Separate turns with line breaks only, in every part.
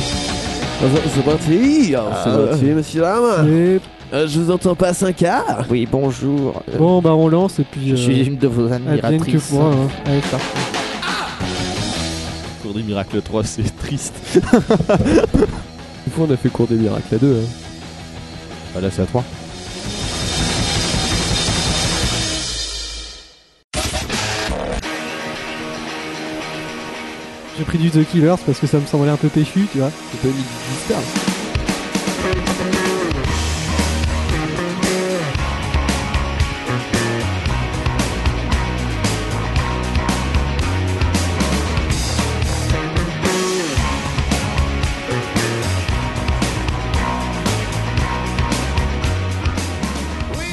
C'est parti,
Ah.
c'est parti, monsieur Lame.
Et
Euh, Je vous entends pas à 5 quarts.
Oui, bonjour. euh,
bon, bah on lance et puis.
je
euh,
suis une de vos
advienne que
admiratrices.
moi. hein. Allez, ça.
Cours des miracles 3, c'est triste.
Une fois, on a fait cours des miracles à deux. hein.
Ah, là, c'est à 3.
J'ai pris du The Killers parce que ça me semblait un peu péchu, tu vois.
C'est pas une idée du star.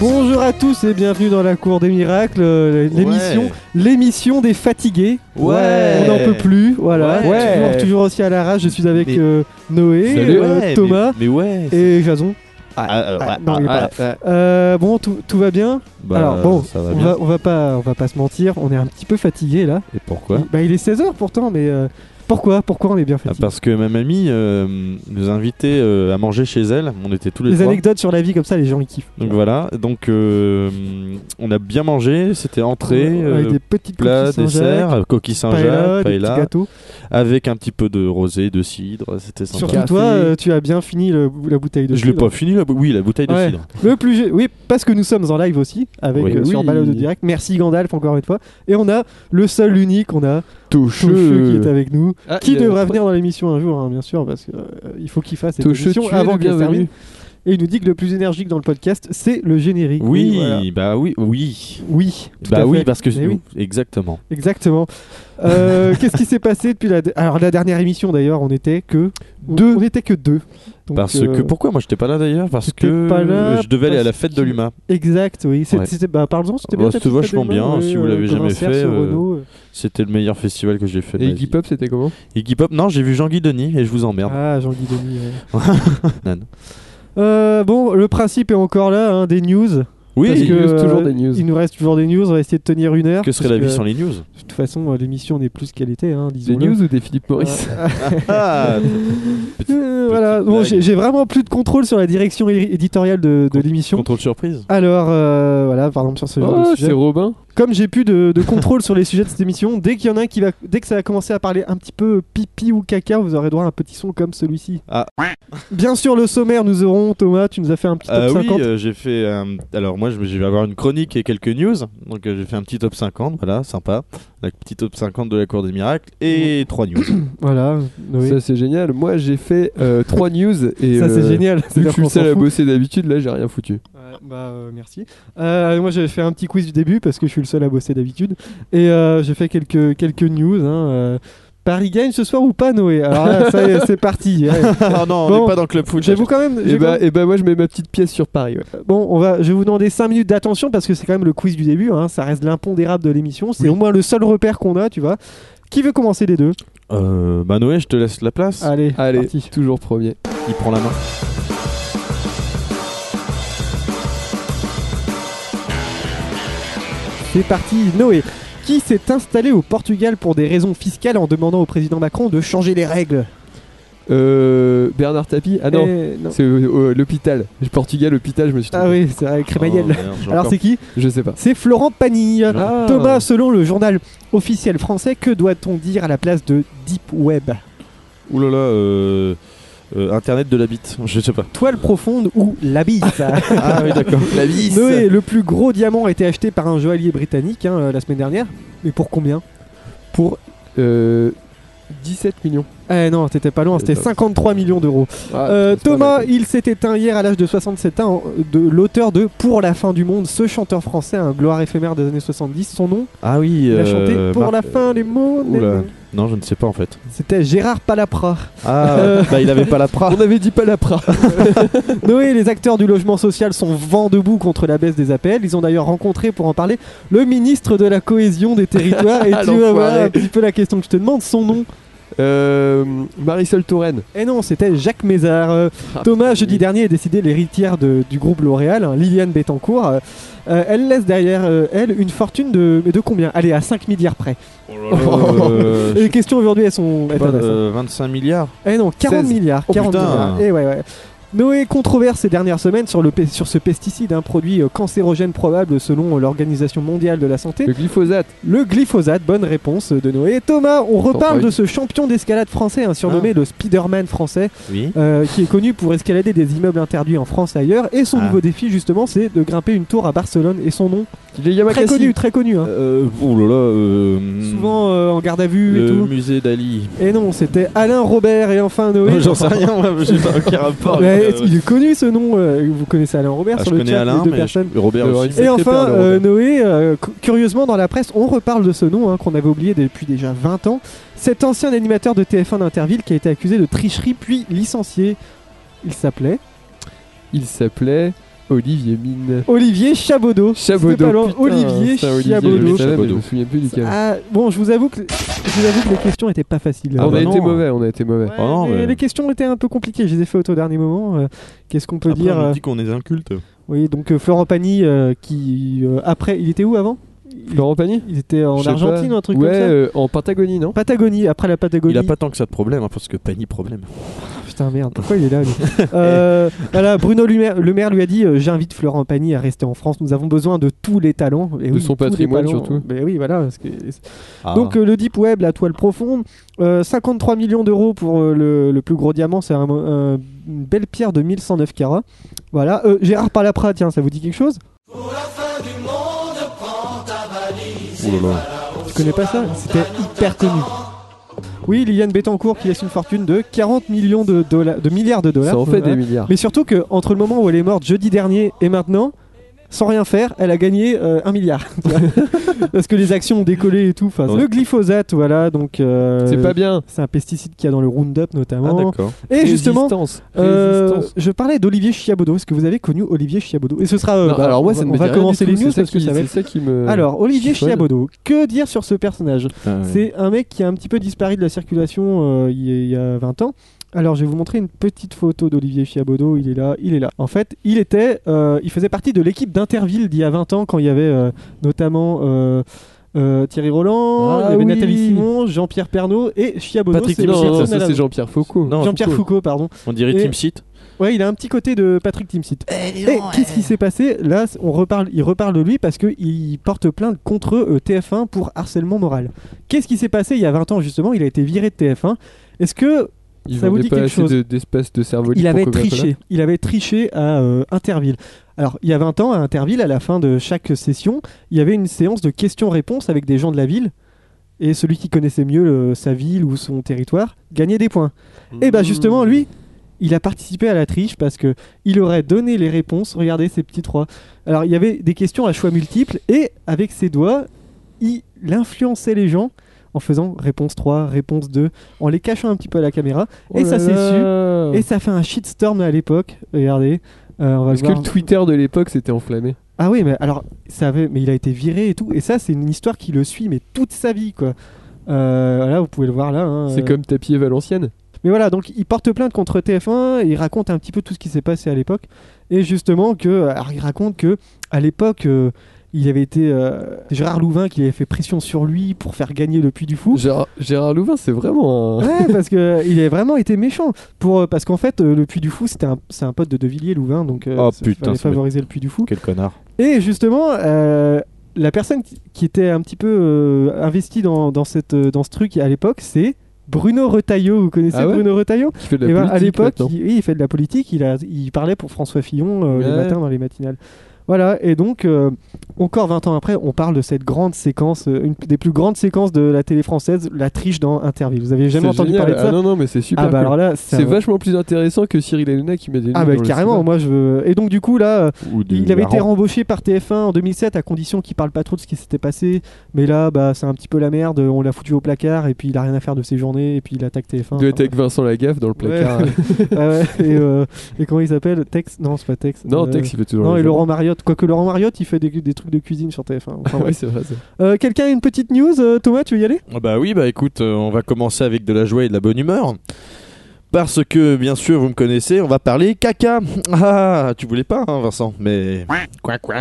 Bonjour à tous et bienvenue dans la cour des miracles, euh, l'émission,
Ouais.
l'émission des fatigués.
Ouais.
On n'en peut plus, voilà.
Ouais.
Toujours, toujours aussi à l'arrache, je suis avec
Mais-
euh, Noé,
Salut.
euh,
Ouais,
Thomas
Eh, Mais, mais ouais.
et Jason.
Ah, euh,
Ah,
ouais,
non,
ah,
il est pas là.
ouais.
Euh, bon, tout, tout va bien
Bah,
Alors, bon,
ça va
on
bien.
va, on, va pas, on va pas se mentir, on est un petit peu fatigué là.
Et pourquoi
Bah, il est 16h pourtant, mais euh, pourquoi Pourquoi on est bien
Ah,
fatigué
Parce que ma mamie euh, nous invitait euh, à manger chez elle. On était tous les,
Les
trois.
anecdotes sur la vie comme ça, les gens ils kiffent.
Donc voilà, donc euh, on a bien mangé, c'était entrée,
Avec
euh,
des petites
plat,
cookies Saint-Jacques,
dessert, coquille
paella,
Saint-Jacques,
des petits
paella,
gâteaux.
avec un petit peu de rosé, de cidre, c'était sympa.
Surtout
Café.
toi, euh, tu as bien fini le- la bouteille de
Je l'ai
cidre.
pas fini, la bou- oui, la bouteille de
Ouais.
cidre.
Le plus gé- oui, parce que nous sommes en live aussi avec
Oui.
euh, sur
Oui.
Balade direct. Merci Gandalf encore une fois. Et on a le seul unique, on a
Toucheux.
Tocheux qui est avec nous,
Ah,
qui
il a-
devra venir dans l'émission un jour, hein, bien sûr, parce qu'il faut qu'il fasse cette
Tocheux,
émission
tu es
avant
le
qu'elle se termine.
bienvenu.
Et il nous dit que le plus énergique dans le podcast, c'est le générique.
Oui,
voilà.
bah oui, oui.
oui, tout
bah
à
oui,
fait.
parce que
Mais oui,
exactement.
exactement. Euh, Qu'est-ce qui s'est passé depuis la de- alors la dernière émission d'ailleurs, on était que deux, on était que deux. Donc,
parce
euh,
que pourquoi moi j'étais pas là d'ailleurs Parce
t'étais
que
pas là,
je devais aller à la
parce
fête de
que-
l'humain.
Exact, oui. C'est-
Ouais.
C'était, bah, pardon, c'était bien.
Bah,
cette
c'était
fête
vachement
des
bien,
mains,
si
ouais,
vous l'avez
euh,
jamais
Commincer
fait,
sur
euh,
Renault, euh.
C'était le meilleur festival que j'ai fait. de
Et
ma vie.
Iggy Pop, c'était comment
Iggy Pop Non, j'ai vu Jean-Guy Denis et je vous emmerde.
Ah, Jean-Guy Denis. ouais.
Non, non.
Euh, bon, le principe est encore là, hein, des news.
Oui,
Parce
Des
que,
news, toujours
euh,
des news.
Il nous reste toujours des news, on va essayer de tenir une heure.
que serait la
parce
vie
que,
sans les news
De toute façon, euh, l'émission n'est plus ce qu'elle était, hein,
Des
disons-le.
news ou des Philippe Maurice
Ah,
Euh, voilà, bon,
blague.
j'ai, j'ai vraiment plus de contrôle sur la direction é- éditoriale de, de l'émission.
Contrôle surprise.
Alors, euh, voilà, par exemple, sur ce genre
Oh,
de
c'est
sujet.
Robin.
Comme j'ai plus de, de contrôle sur les sujets de cette émission, dès qu'il y en a un qui va, dès que ça va commencer à parler un petit peu pipi ou caca, vous aurez droit à un petit son comme celui-ci.
Ah.
Bien sûr, le sommaire, nous aurons Thomas, tu nous as fait un petit top
Ah
Euh, oui,
50.
euh, j'ai fait. euh, alors moi, je, je vais avoir une chronique et quelques news. Donc euh, j'ai fait un petit top 50, voilà, sympa. La petite top 50 de la Cour des miracles et trois news.
Voilà, Noé.
Ça, c'est génial. Moi, j'ai fait 3 news. Et,
ça c'est
euh,
génial.
Vu que je
C'est-à-dire
suis le
qu'on s'en
seul à
fout.
bosser d'habitude, là, j'ai rien foutu.
Ouais, bah euh, merci. Euh, moi j'avais fait un petit quiz du début parce que je suis le seul à bosser d'habitude et euh, j'ai fait quelques quelques news. hein, euh, Paris gagne ce soir ou pas Noé Alors là, ça y est, c'est parti. Ouais.
ah non, on n'est
Bon.
pas dans le club foot.
J'avoue quand même. j'ai
Et
quand
bah, et bah, moi, je mets ma petite pièce sur Paris. ouais.
Bon, on va, je vais vous demander 5 minutes d'attention parce que c'est quand même le quiz du début, hein, ça reste l'impondérable de l'émission, c'est au moins le seul repère qu'on a, tu vois. Qui veut commencer les deux
Euh, bah Noé, je te laisse la place.
Allez,
Allez,
parti.
toujours premier.
Il prend la main.
C'est parti, Noé. Qui s'est installé au Portugal pour des raisons fiscales en demandant au président Macron de changer les règles
Euh, Bernard Tapie Ah non,
Eh, non.
c'est euh, euh, l'hôpital. Portugal, l'hôpital, je me suis
Ah
trompé.
oui, c'est vrai, Crémaillel.
Oh, merde, j'ai
Alors
encore-
c'est qui
Je sais pas.
C'est Florent Pagny.
Ah.
Thomas, selon le journal officiel français, que doit-on dire à la place de Deep Web
Ouh là là, euh, euh, Internet de la bite. Je sais pas.
Toile profonde ou la bise
Ah oui, d'accord.
La vie
Noé, le plus gros diamant a été acheté par un joaillier britannique hein, euh, la semaine dernière. Mais pour combien
Pour euh, 17 millions.
Eh non, t'étais pas loin, c'était
C'est pas-
53 millions d'euros.
Euh, Ah, c'est
Euh,
pas
Thomas,
mal.
il s'est éteint hier à l'âge de 67 ans, euh, de l'auteur de Pour la fin du monde, ce chanteur français, un gloire éphémère des années 70. Son nom,
Ah oui.
il a chanté
euh,
Pour
Mar-
la fin du
Oula.
monde.
Non, je ne sais pas en fait.
C'était Gérard Palapra.
Ah,
Euh.
bah il avait pas la
Ah.
pra.
On avait dit pas la pra.
Noé, les acteurs du logement social sont vent debout contre la baisse des APL. Ils ont d'ailleurs rencontré, pour en parler,
Ah,
le ministre de la cohésion des territoires. Et tu vas voir
L'enfoiré.
un petit peu la question que je te demande, son nom.
Euh, Marisol Touraine.
Et non, c'était Jacques Mézard. Euh,
Ah,
Thomas, jeudi dernier, est décidée l'héritière de- du groupe L'Oréal, hein, Liliane Bettencourt. Euh, euh, elle laisse derrière euh, elle une fortune de, mais de combien Allez, à 5 milliards près.
Oh
Euh, je
Les questions aujourd'hui, elles sont. elles
sais pas,
tabassent, hein.
euh, 25 milliards
Eh non, 40
16.
milliards.
Oh,
40
putain.
milliards. Eh ouais, ouais. Noé controverse ces dernières semaines sur, le, pe- sur ce pesticide, un produit euh, cancérogène probable selon euh, l'Organisation mondiale de la santé.
Le glyphosate.
Le glyphosate, bonne réponse euh, de Noé. Et Thomas, on reparle de ce champion d'escalade français, hein, surnommé
Ah.
le Spider-Man français,
Oui.
euh, qui est connu pour escalader des immeubles interdits en France et ailleurs. Et son
Ah.
nouveau défi, justement, c'est de grimper une tour à Barcelone. Et son nom,
Il est Yamakasi.
très connu, très connu. hein.
Euh, oh là là. euh,
Souvent euh, en garde à vue
le
et tout.
musée d'Ali.
Et non, c'était Alain Robert et enfin Noé.
J'en sais rien, moi, j'ai pas aucun rapport.
Ouais,
Euh,
est-ce- il est connu ce nom. euh, vous connaissez Alain Robert
ah, je
sur le
connais
chat,
Alain,
les deux
mais
personnes.
je- Robert
Le
aussi.
Horizon.
Et
fait peur,
enfin,
Alain
euh,
Robert.
Noé, euh, cu- curieusement dans la presse, on reparle de ce nom hein, qu'on avait oublié depuis déjà 20 ans. Cet ancien animateur de TF1 d'Interville qui a été accusé de tricherie puis licencié. Il s'appelait
Il s'appelait Olivier Mine.
Olivier Chabaudot. C'était pas
Chabaudot.
loin.
putain,
Olivier
ça, Je,
Chabaudot.
le savais, mais je
Chabaudot.
me souviens plus du cas.
Ah, bon, je vous avoue que je vous avoue que les questions étaient pas faciles.
Ah
on
bah
a été
non.
hein.
mauvais, on a été mauvais.
Ouais,
Oh non,
les-
mais-
Les questions étaient un peu compliquées. Je les ai fait au dernier moment. Euh, Qu'est-ce qu'on peut
Après,
dire
on
euh,
dit qu'on est inculte.
Oui, donc euh, Florent Pagny, euh, qui euh, après, il était où avant il,
Florent Pagny
il était en
Je sais
Argentine
pas.
ou un truc
Ouais,
comme ça.
euh, en Patagonie, non
Patagonie, après la Patagonie.
Il a pas tant que ça de problème, hein, parce que Pani problème.
Putain, merde, pourquoi il est là lui Euh, Voilà, Bruno Le Maire, Le Maire lui a dit euh, J'invite Florent Pagny à rester en France, nous avons besoin de tous les talents. Et
De
oui,
son
tous les
patrimoine,
talents.
surtout.
Mais oui, voilà. parce que-
Ah.
Donc, euh, le Deep Web, la toile profonde, euh, 53 millions d'euros pour euh, le, le plus gros diamant, c'est un- un- une belle pierre de 1109 carats. Voilà, Euh, Gérard Palapra, tiens, ça vous dit quelque chose
Oh là là.
Tu connais pas ça C'était hyper connu. Oui, Liliane Bettencourt qui laisse une fortune de 40 millions de, dollars, de milliards de dollars.
Ça en fait
Voilà.
des milliards.
Mais surtout que entre le moment où elle est morte jeudi dernier et maintenant, sans rien faire, elle a gagné euh, un milliard. Parce que les actions ont décollé et tout. Enfin,
Ouais.
Le glyphosate, voilà, donc. euh,
C'est pas bien.
C'est un pesticide qu'il y a dans le Roundup
Ah,
notamment.
d'accord.
et justement,
Résistance.
euh,
Résistance.
je parlais d'Olivier Chiabodo. Est-ce que vous avez connu Olivier Chiabodo Et ce sera. euh,
Non,
bah,
alors moi,
on
ça ne
va-
me
on
dit
va
rien du
commencer
tout,
les
c'est
news
ça
parce que
qui-
ça va
c'est
être-
ça qui euh, me.
Alors, Olivier
chiffonne.
Chiabodo, que dire sur ce personnage
Ah, ouais.
c'est un mec qui a un petit peu disparu de la circulation euh, il y a- il y a 20 ans. Alors, je vais vous montrer une petite photo d'Olivier Chiabodo. Il est là, il est là. En fait, il était, euh, il faisait partie de l'équipe d'Interville d'il y a 20 ans quand il y avait euh, notamment euh, euh, Thierry
Ah
Roland, il y avait
oui.
Nathalie Simon, Jean-Pierre Pernaud et Chiabodo.
Patrick
c'est
non,
les
non,
personnes à
ça
la-
c'est Jean-Pierre Foucault.
Non,
Jean-Pierre
Foucault.
Foucault, pardon.
Euh, On dirait
Et-
Team Seat.
Ouais, il a un petit côté de Patrick Timsit. Et Eh, qu'est-ce qui s'est passé Là, on reparle, il reparle de lui parce qu'il porte plainte contre euh, TF1 pour harcèlement moral. Qu'est-ce qui s'est passé il y a 20 ans justement Il a été viré de TF1. Est-ce que
Ils
Ça vous
vendaient
dit
pas
quelque
assez
chose
de- d'espace de cerveau
il avait triché Il avait triché à euh, Interville. Alors, il y a 20 ans, à Interville, à la fin de chaque session, il y avait une séance de questions-réponses avec des gens de la ville. Et celui qui connaissait mieux euh, sa ville ou son territoire gagnait des points. Et bah justement, lui, il a participé à la triche parce que il aurait donné les réponses. Regardez ces petits trois. Alors il y avait des questions à choix multiples et avec ses doigts, il influençait les gens en faisant réponse 3, réponse 2, en les cachant un petit peu à la caméra.
Oh
Et ça s'est su.
su.
Et ça fait un shitstorm à l'époque. Regardez. Euh, on va
Parce
le
que
voir.
le Twitter de l'époque s'était enflammé.
Ah oui, mais alors, ça avait... mais il a été viré et tout. Et ça, c'est une histoire qui le suit, mais toute sa vie, quoi. Euh, voilà, vous pouvez le voir là. hein.
C'est
Euh,
comme Tapie et Valenciennes.
mais voilà, donc il porte plainte contre TF1, il raconte un petit peu tout ce qui s'est passé à l'époque. Et justement, que, alors, il raconte que à l'époque, euh, il avait été euh, Gérard Louvain qui avait fait pression sur lui pour faire gagner le Puy du Fou.
Gérard, Gérard Louvain, c'est vraiment un.
Ouais, parce que il avait vraiment été méchant. Pour, euh, parce qu'en fait, euh, le Puy du Fou, c'était un, c'est un pote de De Villiers, Louvain, donc euh,
Oh,
ça-
putain,
fallait
ça me-
favoriser le Puy du Fou.
Quel connard.
Et justement, euh, la personne qui- qui était un petit peu euh, investie dans, dans, cette, euh, dans ce truc à l'époque, c'est Bruno Retailleau. Vous connaissez
Ah ouais
Bruno Retailleau
Qui fait de
Eh ben,
la
à
politique
l'époque,
maintenant.
il, oui, il fait de la politique. Il, a, il parlait pour François Fillon euh, le
Ouais.
matin dans les matinales. Voilà, et donc, euh, encore 20 ans après, on parle de cette grande séquence, euh, une des plus grandes séquences de la télé française, la triche dans Interview. Vous avez jamais
C'est
entendu
génial.
parler de ça
Ah non, non, mais c'est super.
Ah
cool.
bah alors là, ça-
C'est vachement plus intéressant que Cyril Hanouna qui met des nuls
Ah bah
dans le
carrément, moi je veux. Et donc, du coup, là, euh,
Ou du
il avait été
Laurent.
rembauché par TF1 en 2007 à condition qu'il parle pas trop de ce qui s'était passé. Mais là, bah, c'est un petit peu la merde, on l'a foutu au placard, et puis il a rien à faire de ses journées, et puis il attaque TF1.
cinéma. Doit
Enfin,
être avec Vincent Lagaffe dans le
Ouais.
placard.
Ah ouais, et, euh, et comment il s'appelle Tex Non, c'est pas Tex.
Non,
Euh,
Tex, il fait toujours.
Non,
les
et
gens.
Laurent Mariotte. Quoique Laurent Mariotte, il fait des, des trucs trucs de cuisine sur TF1. Enfin, bref.
c'est vrai. c'est-
Euh, Quelqu'un a une petite news euh, Thomas, tu veux y aller
Ah Bah oui, bah écoute, euh, on va commencer avec de la joie et de la bonne humeur. Parce que, bien sûr, vous me connaissez, on va parler caca. Ah, tu voulais pas, hein, Vincent, mais...
Quoi, quoi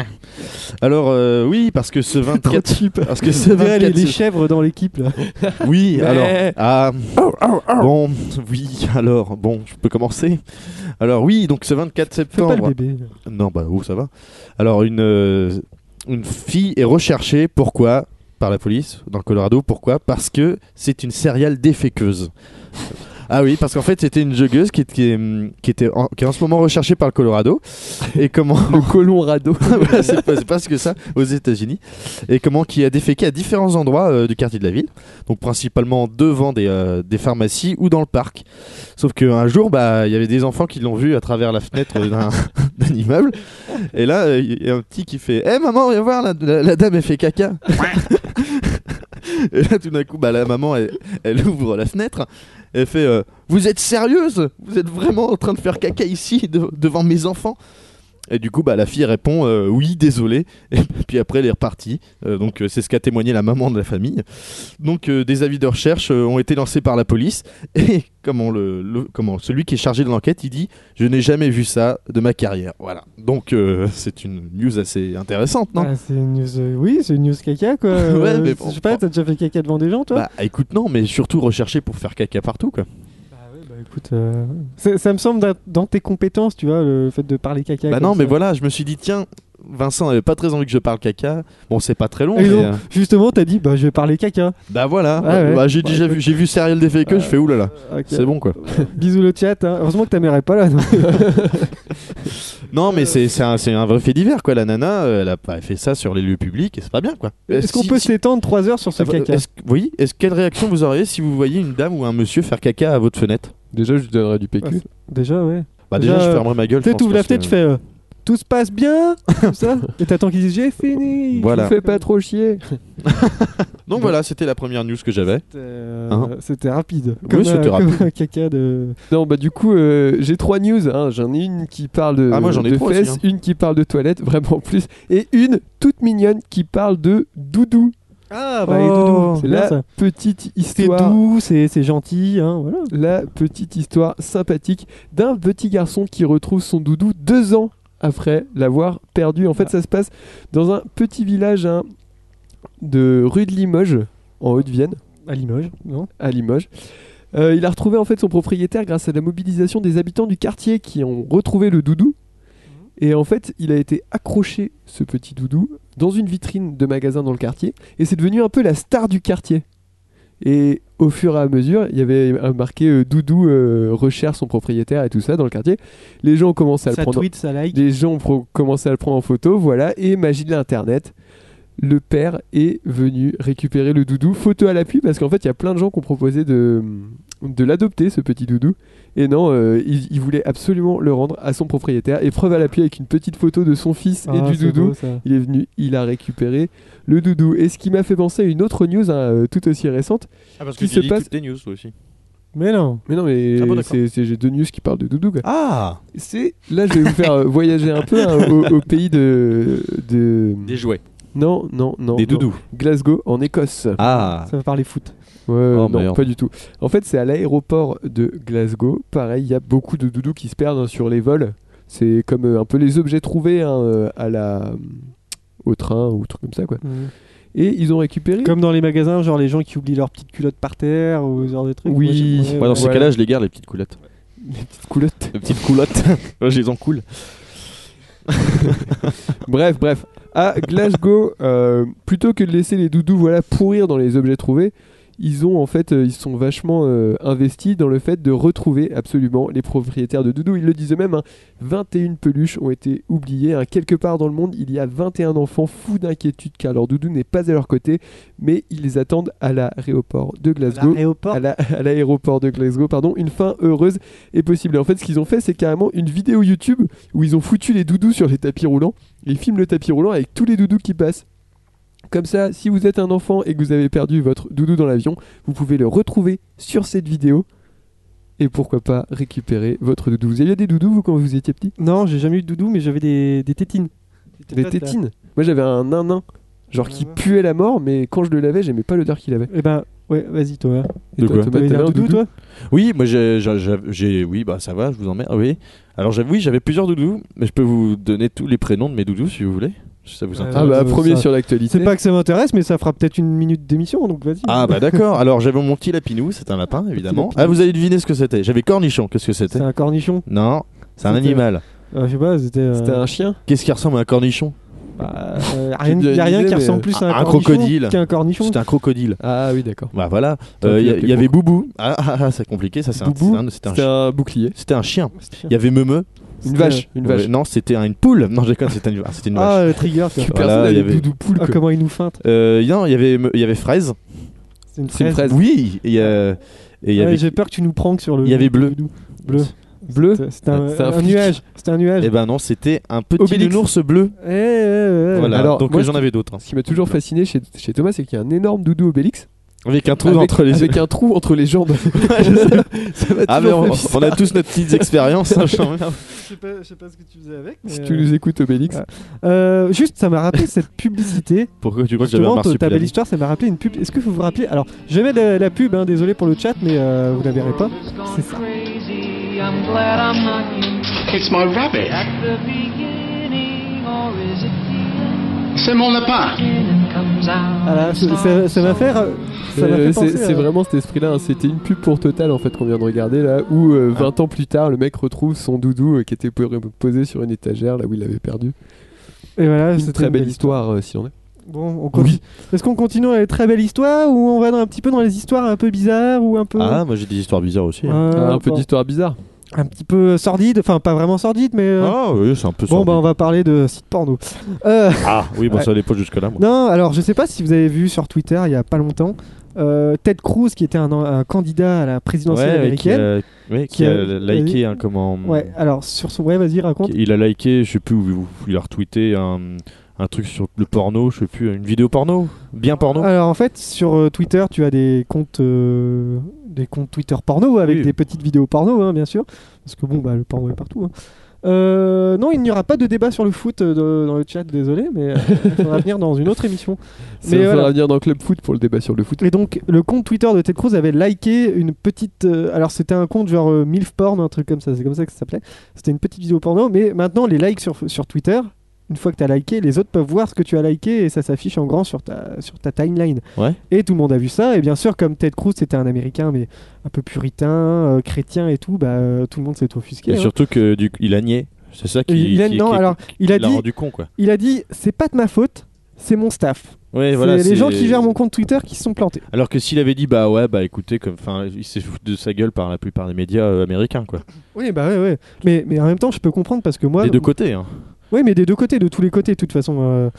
Alors, euh, oui, parce que ce 24...
cheap.
Parce que ce
On dirait les,
24...
les chèvres dans l'équipe là.
Oui,
Mais-
alors... Ah, bon, oui, alors, bon, je peux commencer. Alors oui, donc ce 24
Fais pas le
septembre...
bébé.
Non, bah, où ça va Alors, une, euh, une fille est recherchée, pourquoi Par la police, dans le Colorado, pourquoi Parce que c'est une céréale déféqueuse. Ah oui, parce qu'en fait, c'était une joggeuse qui, est- qui, est, hum, qui, était en, qui est en ce moment recherchée par le Colorado. Et comment.
Le colon radeau.
Voilà, c'est pas, c'est pas ce que ça aux États-Unis. Et comment qui a déféqué à différents endroits euh, du quartier de la ville, donc principalement devant des, euh, des pharmacies ou dans le parc. Sauf qu'un jour, bah, il y avait des enfants qui l'ont vu à travers la fenêtre d'un d'un immeuble. Et là, euh, il y a un petit qui fait Eh maman, viens voir, la, la- la dame, elle fait caca. Et là, tout d'un coup, bah, la maman, elle, elle ouvre la fenêtre. Elle fait euh, Vous êtes sérieuse Vous êtes vraiment en train de faire caca ici, de- devant mes enfants et du coup, bah, la fille répond euh, oui, désolé. Et puis après, elle est repartie. Euh, donc, euh, c'est ce qu'a témoigné la maman de la famille. Donc, euh, des avis de recherche euh, ont été lancés par la police. Et comment le, le- comment celui qui est chargé de l'enquête, il dit je n'ai jamais vu ça de ma carrière. Voilà. Donc, euh, c'est une news assez intéressante, non
Ah, c'est une news. euh, oui, c'est une news caca quoi. Euh,
Ouais, mais bon,
je sais pas,
bon.
t'as déjà fait caca devant des gens toi
Bah, écoute, non, mais surtout recherché pour faire caca partout, quoi.
Bah ouais, bah écoute, euh, ça, ça me semble da- dans tes compétences, tu vois, le fait de parler caca.
Bah
comme
non,
ça.
mais voilà, je me suis dit tiens. Vincent avait pas très envie que je parle caca. Bon, c'est pas très long.
Et
mais,
donc,
euh,
Justement, t'as dit, bah je vais parler caca.
bah voilà.
Ah ouais. Euh,
Bah, j'ai
Bah,
déjà vu, j'ai vu Serial des que
Euh,
je fais oulala.
Ok.
C'est bon quoi.
Bisous le chat. hein. Heureusement que ta mère est pas là. non
Non, mais
euh,
c'est c'est un, c'est un vrai fait divers, quoi. La nana, euh, elle a pas fait ça sur les lieux publics et c'est pas bien, quoi. Euh,
Est-ce qu'on
Si-
peut
si-
s'étendre 3 heures sur ce
Ah,
caca
est-ce que- oui, est-ce quelle réaction vous auriez si vous voyez une dame ou un monsieur faire caca à votre fenêtre
Déjà, je lui donnerais du PQ.
Déjà, ouais.
Bah déjà,
Déjà,
je fermerais ma gueule.
Tu
je
sais,
pense,
t'ouvres la
parce que-
fenêtre, tu fais euh, tout se passe bien, comme ça, et t'attends qu'ils disent j'ai fini.
Voilà.
Fais pas trop chier.
Donc voilà, c'était la première news que j'avais.
Euh,
Hein
C'était rapide.
Oui,
Comme,
c'était
euh,
rapide.
comme un caca de.
Non, bah du coup, euh, j'ai trois news. hein. J'en ai une qui parle de,
Ah, moi, j'en ai
de
trois aussi,
fesses,
hein.
une qui parle de toilettes, vraiment plus, et une toute mignonne qui parle de doudou.
Ah,
bah, les doudous, c'est la
ça.
petite
C'est
histoire.
doux, c'est c'est gentil, hein, voilà.
la petite histoire sympathique d'un petit garçon qui retrouve son doudou deux ans après l'avoir perdu. En fait, ça se passe dans un petit village hein, de rue de Limoges, en Haute-Vienne,
À Limoges, non
à Limoges. Euh, il a retrouvé en fait son propriétaire grâce à la mobilisation des habitants du quartier qui ont retrouvé le doudou. Et en fait, il a été accroché, ce petit doudou, dans une vitrine de magasin dans le quartier. Et c'est devenu un peu la star du quartier. Et au fur et à mesure, il y avait euh, marqué euh, Doudou euh, recherche son propriétaire et tout ça dans le quartier. Les gens ont commencé à le
Ça
prendre.
tweet, ça like.
Les gens ont pro- commencé à le prendre en photo, voilà, et magie de l'internet. Le père est venu récupérer le doudou, photo à l'appui, parce qu'en fait, il y a plein de gens qui ont proposé de, de l'adopter, ce petit doudou. Et non, euh, il, il voulait absolument le rendre à son propriétaire. Et preuve à l'appui avec une petite photo de son fils et
Ah,
du
c'est
doudou.
beau, ça.
Il est venu, il a récupéré le doudou. Et ce qui m'a fait penser à une autre news hein, euh, tout aussi récente.
Ah, parce
que Qui tu se lis passe- toutes
tes news, toi aussi.
Mais non.
Mais non, mais
Ah bon, d'accord.
c'est- c'est- j'ai deux news qui parlent de doudou. quoi.
Ah
C'est là, je vais vous faire euh, voyager un peu hein, au, au pays de, de
Des jouets.
non, non, non,
Des
non.
doudous.
Glasgow en Écosse.
Ah
Ça va parler foot.
Ouais, euh,
Oh,
non,
merde.
pas du tout. En fait, c'est à l'aéroport de Glasgow. Pareil, il y a beaucoup de doudous qui se perdent hein, sur les vols. C'est comme euh, un peu les objets trouvés hein, euh, à la au train ou truc comme ça quoi. Et ils ont récupéré.
Mmh. Comme dans les magasins, genre les gens qui oublient leurs petites culottes par terre ou ce genre de trucs.
Oui.
Moi, j'ai- ouais,
Ouais, Dans
ouais.
ces cas-là, je les garde, les petites coulettes.
les petites coulottes.
Les petites coulottes. je les encoule.
bref, bref. À Glasgow, euh, plutôt que de laisser les doudous voilà pourrir dans les objets trouvés, ils ont en fait, euh, ils sont vachement euh, investis dans le fait de retrouver absolument les propriétaires de doudous. Ils le disent eux-mêmes. hein, 21 peluches ont été oubliées. hein. Quelque part dans le monde, il y a 21 enfants fous d'inquiétude car leur doudou n'est pas à leur côté, mais ils les attendent à l'aéroport de Glasgow
L'aéroport.
à la- à l'aéroport de Glasgow, pardon, une fin heureuse est possible. Et en fait, ce qu'ils ont fait, c'est carrément une vidéo YouTube où ils ont foutu les doudous sur les tapis roulants. Et ils filment le tapis roulant avec tous les doudous qui passent. Comme ça, si vous êtes un enfant et que vous avez perdu votre doudou dans l'avion, vous pouvez le retrouver sur cette vidéo. Et pourquoi pas récupérer votre doudou. Vous aviez des doudous, vous, quand vous étiez petit
Non, j'ai jamais eu de doudou, mais j'avais des, Ah des tétines.
Des tétines Moi j'avais un nain genre qui
Nain-nain.
puait la mort, mais quand je le lavais, j'aimais pas l'odeur qu'il avait.
Eh ben, ouais, vas-y, toi.
Et
De
toi,
quoi
Thomas,
T'avais
t'avais
un doudou, toi
Oui, moi j'ai, j'ai- j'ai- j'ai- oui bah ça va, je vous emmerde. Oui. Alors j'avoue, oui, j'avais plusieurs doudous, mais je peux vous donner tous les prénoms de mes doudous si vous voulez. Si ça vous
Euh,
intéresse.
Ah bah
Euh,
premier
ça-
sur l'actualité.
C'est pas que ça m'intéresse, mais ça fera peut-être une minute d'émission, donc vas-y.
Ah bah d'accord. Alors j'avais mon petit lapinou, c'est un lapin évidemment.
lapinou.
Ah vous avez deviné ce que c'était. J'avais cornichon, qu'est-ce que c'était
C'est un cornichon.
Non, c'est un
C'était-
animal.
Euh, je sais pas, c'était. euh,
C'était un chien.
Qu'est-ce qui ressemble à un cornichon
bah, euh,
J'ai
rien,
déjà
y a rien
une idée,
qui
mais,
ressemble plus à un,
un
cornichon
crocodile.
qu'un cornichon.
C'est un crocodile.
Ah oui, d'accord.
Bah voilà.
Toi,
Euh,
tu
Il y a-
l'appelais
il y, avait Boubou. Ah, ah, ah, c'est compliqué, ça c'est un,
Boubou,
c'est un- c'était un
C'était
chien.
un bouclier.
C'était un chien.
C'était-
Il y avait Meumeu.
Une vache. Une vache.
Ouais, non, c'était un- une poule. Non, je déconne, c'était une, ah, c'était une vache.
Ah, le trigger, quoi.
Voilà,
Personne
il y
n'avait
avait-
doudou poule.
Ah,
quoi.
comment il nous feinte.
Euh, non, il y avait il y avait fraise.
C'est une
C'est une
fraise.
fraise.
Oui, et, euh, et il y
Ouais,
avait.
J'ai peur que tu nous pranks sur le.
Il y avait bleu.
doudou. Bleu.
Bleu.
C'était- C'était un,
C'est un
un
flic.
nuage. C'était un nuage.
Eh ben non, c'était un petit
Obélix.
nounours bleu.
Eh, eh, eh.
Voilà.
Alors,
Donc
moi,
j'en
je-
avais d'autres. hein.
Ce qui m'a toujours fasciné chez, chez Thomas, c'est qu'il y a un énorme doudou Obélix
Avec un
Ah,
trou
avec,
entre les yeux.
avec un trou entre les jambes. Ça m'a
Ah mais
toujours
on,
fait bizarre.
on a tous notre petites expériences. hein, je t'emmerde.
Je sais pas- je sais pas ce que tu faisais avec. mais,
Si
euh,
tu nous écoutes, Obélix,
Ah. Euh, juste, ça m'a rappelé cette publicité.
Pourquoi tu crois que j'avais un
Justement, ta- ta belle
marsupial
histoire, ça m'a rappelé une pub. Est-ce que vous vous rappelez Alors, je mets la, la pub, hein, désolé pour le chat, mais euh, vous la verrez pas. C'est ça.
Crazy, I'm glad I'm not you.
It's my rabbit.
At the beginning, or is it the
C'est mon lapin.
end? comes out.
Ah là, ça- ça ça m'a fait, euh, ça m'a
Euh,
fait
c'est
penser.
c'est
euh,
vraiment cet esprit-là. hein. C'était une pub pour Total en fait qu'on vient de regarder là, où euh,
Ah.
20 ans plus tard, le mec retrouve son doudou euh, qui était po- posé sur une étagère là où il l'avait perdu.
Et
Ah,
voilà,
Une
c'est
très belle histoire, euh, si on est.
Bon, on continue. Est-ce qu'on continue avec très belle histoire ou on va dans- un petit peu dans les histoires un peu bizarres ou un peu.
Ah, moi j'ai des histoires bizarres aussi. hein.
Euh,
Ah, un peu
bon,
d'histoire bizarre.
un petit peu sordide, enfin pas vraiment sordide, mais. euh,
Ah oui, c'est un peu
bon,
sordide.
bah on va parler de site porno. Euh,
Ah oui, bon
Ouais.
ça allait pas jusque là. Moi.
Non, alors je sais pas si vous avez vu sur Twitter il y a pas longtemps, euh, Ted Cruz qui était un, un candidat à la présidentielle
ouais, euh, qui
américaine.
a, ouais, qui
Qui
a
a-
liké un comment
Ouais, alors sur son. Ouais, vas-y, raconte.
Il a liké, je sais plus où, où il a retweeté un, un truc sur le porno, je sais plus, une vidéo porno, bien porno.
Alors en fait, sur euh, Twitter, tu as des comptes, euh, des comptes Twitter porno avec
Oui.
des petites vidéos porno, hein, bien sûr, parce que bon, bah, le porno est partout. hein. Euh, non, il n'y aura pas de débat sur le foot euh, de- dans le chat, désolé, mais euh, il faudra venir dans une autre émission.
Ça
Mais
va
voilà.
falloir venir dans Club Foot pour le débat sur le foot.
Et donc, le compte Twitter de Ted Cruz avait liké une petite. euh, alors, c'était un compte genre euh, MILF porn, un truc comme ça, c'est comme ça que ça s'appelait. C'était une petite vidéo porno, mais maintenant, les likes sur, sur Twitter, une fois que tu as liké, les autres peuvent voir ce que tu as liké et ça s'affiche en grand sur ta, sur ta timeline.
Ouais.
Et tout le monde a vu ça, et bien sûr, comme Ted Cruz, c'était un américain, mais un peu puritain, euh, chrétien et tout, bah, euh, tout le monde s'est offusqué.
Et
hein.
surtout que du, il a nié. C'est ça qui,
Il, il a,
qui-
non,
qui-
alors, il a
qui l'a
dit,
rendu con quoi.
il a dit c'est pas de ma faute, c'est mon staff.
Ouais,
C'est
voilà,
les
c'est-
gens qui gèrent mon compte Twitter qui se sont plantés.
Alors que s'il avait dit bah ouais bah écoutez comme enfin il s'est foutu de sa gueule par la plupart des médias euh, américains quoi.
Oui, bah ouais, ouais. Mais, mais en même temps, je peux comprendre parce que moi.
des deux côtés hein.
Oui, mais des deux côtés, de tous les côtés, de toute façon. euh,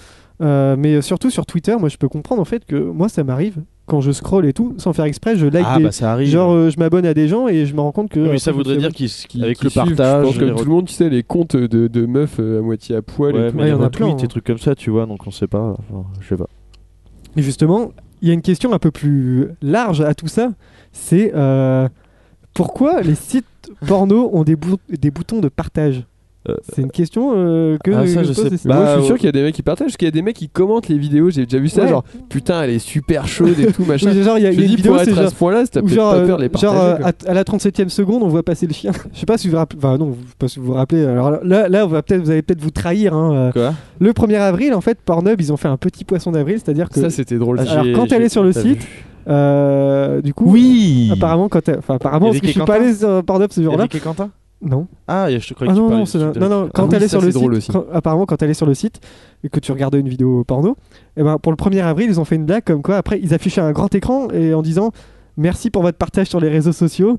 euh, mais surtout sur Twitter, moi, je peux comprendre en fait que moi, ça m'arrive quand je scroll et tout, sans faire exprès, je like
ah
des.
bah ça arrive.
Genre, euh, je m'abonne à des gens et je me rends compte que. euh,
Oui, mais
après,
ça
je
voudrait
fais-
dire qu'il
Qui-
avec
qui
le
suivent, je
partage,
pense,
les
comme
re-
tout le monde, tu sais, les comptes de, de meufs euh, à moitié à poil et
ouais,
tout.
mais
Ouais,
les
il y en a
retweets,
plein,
des
hein.
trucs comme ça tu vois donc on sait pas enfin, je sais pas.
Et justement, il y a une question un peu plus large à tout ça. C'est euh, pourquoi les sites porno ont des, bou- des boutons de partage
Euh,
C'est une question euh, que
ah, ça,
que
je
pose
sais
les sites.
Mais moi,
Bah,
je suis sûr
ouais.
qu'il y a des mecs qui partagent, parce qu'il y a des mecs qui commentent les vidéos. J'ai déjà vu ça,
Ouais.
genre putain, elle est super chaude et tout machin.
Oui, genre, il y a,
Je
il y a
dis,
une vidéo,
pour
c'est
être à
genre-
ce point-là, si t'as
Ou
peut-être
genre,
pas
euh,
peur de les
genre,
partager.
euh,
quoi.
à, à la 37e seconde, on voit passer le chien. Je sais pas si vous vous rappelez. Enfin, non, vous- je sais pas si vous vous rappelez. Alors là, là on va peut-être, vous allez peut-être vous trahir. hein, euh.
Quoi
Le 1er avril, en fait, Pornhub, ils ont fait un petit poisson d'avril, c'est-à-dire que.
Ça, c'était drôle.
Ah,
ça.
alors,
j'ai-
quand elle
j'ai
est sur le
pas
site, euh, du coup.
Oui.
Apparemment, quand elle- enfin, apparemment, parce
Eric
que je
et
suis pas
Quentin
allé sur euh, Pornhub ce jour-là.
Eric et Quentin
Non.
Ah, je te croyais
Ah
que tu
non,
parlais
non,
du
c'est
truc
un-
de-
non, non, quand
oui,
elle est
ça,
sur le
c'est
site,
drôle aussi.
quand- apparemment, quand elle est sur le site et que tu regardais une vidéo porno, et ben pour le 1er avril, ils ont fait une blague comme quoi après ils affichaient un grand écran et en disant merci pour votre partage sur les réseaux sociaux.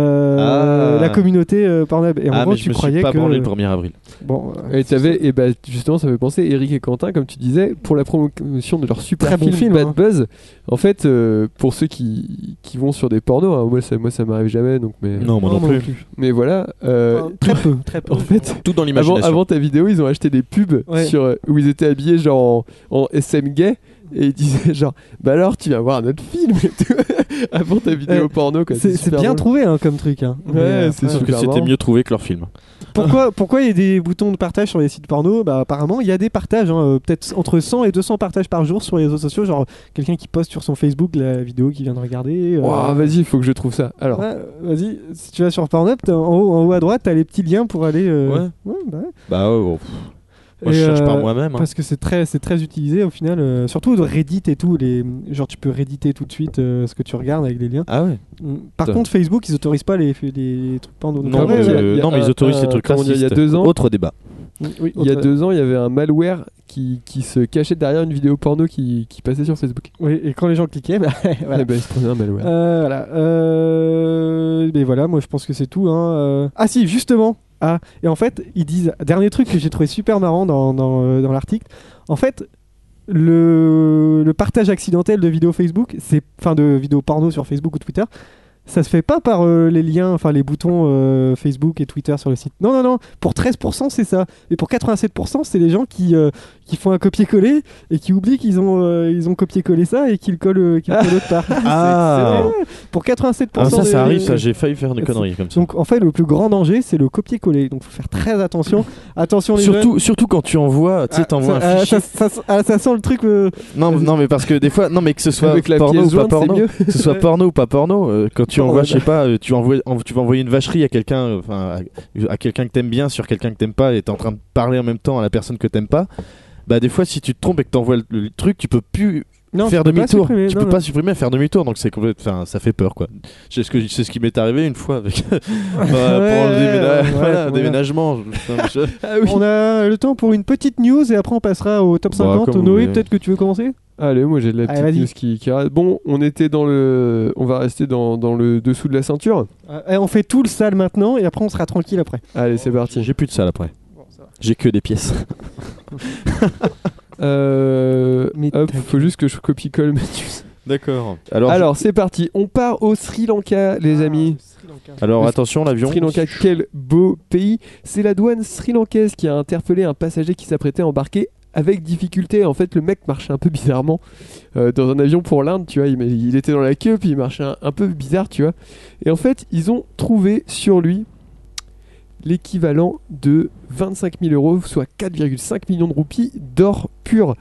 euh,
Ah.
La communauté euh, Pornhub. Et en
Ah
gros,
mais
tu
je me suis
croyais
pas
que.
branlé le 1er avril.
Bon, euh,
Et t'avais, et bah justement, ça me fait penser, Eric et Quentin, comme tu disais, pour la promotion de leur super
Très bon
film,
film,
Bad
hein.
Buzz. En fait, euh, pour ceux qui, qui vont sur des pornos, hein, moi ça, moi ça m'arrive jamais, donc mais,
Non, moi
non,
non
non
plus.
mais voilà. euh,
enfin, très peu, très peu.
en fait,
Tout dans
avant,
l'imagination.
avant ta vidéo, ils ont acheté des pubs
Ouais.
sur euh, où ils étaient habillés genre en, en SM gay et il disait genre bah alors tu vas voir notre film et tout avant ta vidéo
Eh,
porno quoi.
C'est c'est
super
bien
drôle.
trouvé hein, comme truc. hein. Mais,
Ouais,
euh,
c'est
Sauf
super
que c'était
marrant.
mieux trouvé que leur film.
Pourquoi, pourquoi il y a des boutons de partage sur les sites porno Bah apparemment il y a des partages, hein, euh, peut-être entre 100 et 200 partages par jour sur les réseaux sociaux, genre quelqu'un qui poste sur son Facebook la vidéo qu'il vient de regarder. euh,
Ouah, vas-y, il faut que je trouve ça. Alors,
ouais, Vas-y, si tu vas sur Pornhub, t'as- en haut, en haut à droite, t'as les petits liens pour aller. euh, ouais, bah ouais.
Bah, ouais, bon, pff, moi
Et,
je cherche par
euh,
moi-même. hein.
Parce que c'est très, c'est très utilisé au final, euh, surtout de Reddit et tout. Les, genre, tu peux Redditer tout de suite euh, ce que tu regardes avec des liens.
Ah ouais.
Mm. Par
Putain.
contre, Facebook, ils autorisent pas les, les trucs porno.
ouais,
Non, mais,
ouais,
euh,
il y a
non, mais
un-
ils autorisent
un-
les trucs
comment dire,
racistes.
il y a deux ans-
Autre débat.
Oui,
il y a
autre-
deux ans, il y avait un malware qui, qui se cachait derrière une vidéo porno qui, qui passait sur Facebook.
oui, et quand les gens cliquaient, bah, voilà.
Eh ben, il se prenait un malware.
Euh, voilà. Euh, Mais voilà, moi je pense que c'est tout. hein, euh. Ah si, justement. Ah, et en fait, ils disent, dernier truc que j'ai trouvé super marrant dans, dans, euh, dans l'article, en fait, le, le partage accidentel de vidéos Facebook, c'est enfin de vidéos porno sur Facebook ou Twitter, ça se fait pas par euh, les liens, enfin les boutons euh, Facebook et Twitter sur le site. Non, non, non, pour 13% c'est ça, mais pour 87% c'est les gens qui, euh, qui font un copier-coller et qui oublient qu'ils ont, euh, ils ont copié-collé ça et qu'ils le collent, euh, qu'ils le collent autre part.
Ah.
C'est- c'est- Pour 87%.
Ah, ça,
des-
ça arrive, ça. J'ai failli faire une
C'est-
connerie comme ça.
Donc en fait, le plus grand danger, c'est le copier-coller. Donc faut faire très attention. Attention les jeunes.
Surtout, surtout quand tu envoies, tu sais, t'envoies
ça,
un
ah,
fichier.
ça, ça- ça- ah, ça sent le truc. euh,
Non, non, mais parce que des fois, non, mais que ce soit
Avec la
porno ou
pièce
pas
jointe, c'est
porno,
mieux.
que ce soit porno ou pas porno, euh, quand tu
Porno,
envoies, je sais pas, euh, tu envoies, en- tu vas envoyer une vacherie à quelqu'un, euh, enfin, à, à quelqu'un que t'aimes bien sur quelqu'un que t'aimes pas, et t'es en train de parler en même temps à la personne que t'aimes pas. Bah des fois, si tu te trompes et que t'envoies le, le truc, tu peux plus
Non,
faire
tu peux pas
demi-tour.
supprimer,
Tu
non,
peux
non.
pas supprimer, faire demi-tour, donc c'est complète- enfin, ça fait peur quoi. C'est ce que c'est ce qui m'est arrivé une fois avec bah, pour le
ouais,
déména-
ouais,
voilà,
ouais.
déménagement. Enfin, je-
On a le temps pour une petite news et après on passera au top
Bah,
50.
comme vous
Noé,
voulez.
peut-être que tu veux commencer
Allez, moi j'ai de la
Allez,
petite
vas-y.
news qui, qui reste. Bon, on était dans le. On va rester dans, dans le dessous de la ceinture.
Euh, eh, On fait tout le sale maintenant et après on sera tranquille après.
Allez, c'est
Oh,
parti.
J'ai plus de salle après. J'ai que des pièces.
Euh,
Mais
hop,
t'as-
faut juste que je copie-colle Mathieu.
D'accord. Alors
Alors, c'est parti. On part au Sri Lanka,
Ah.
les amis.
alors
Le
attention l'avion.
Sri Lanka, quel beau pays. C'est la douane sri-lankaise qui a interpellé un passager qui s'apprêtait à embarquer avec difficulté. En fait, le mec marchait un peu bizarrement euh, dans un avion pour l'Inde, tu vois. Il, il était dans la queue, puis il marchait un, un peu bizarre, tu vois. Et en fait, ils ont trouvé sur lui l'équivalent de 25 000 euros, soit 4,5 millions de roupies d'or pur,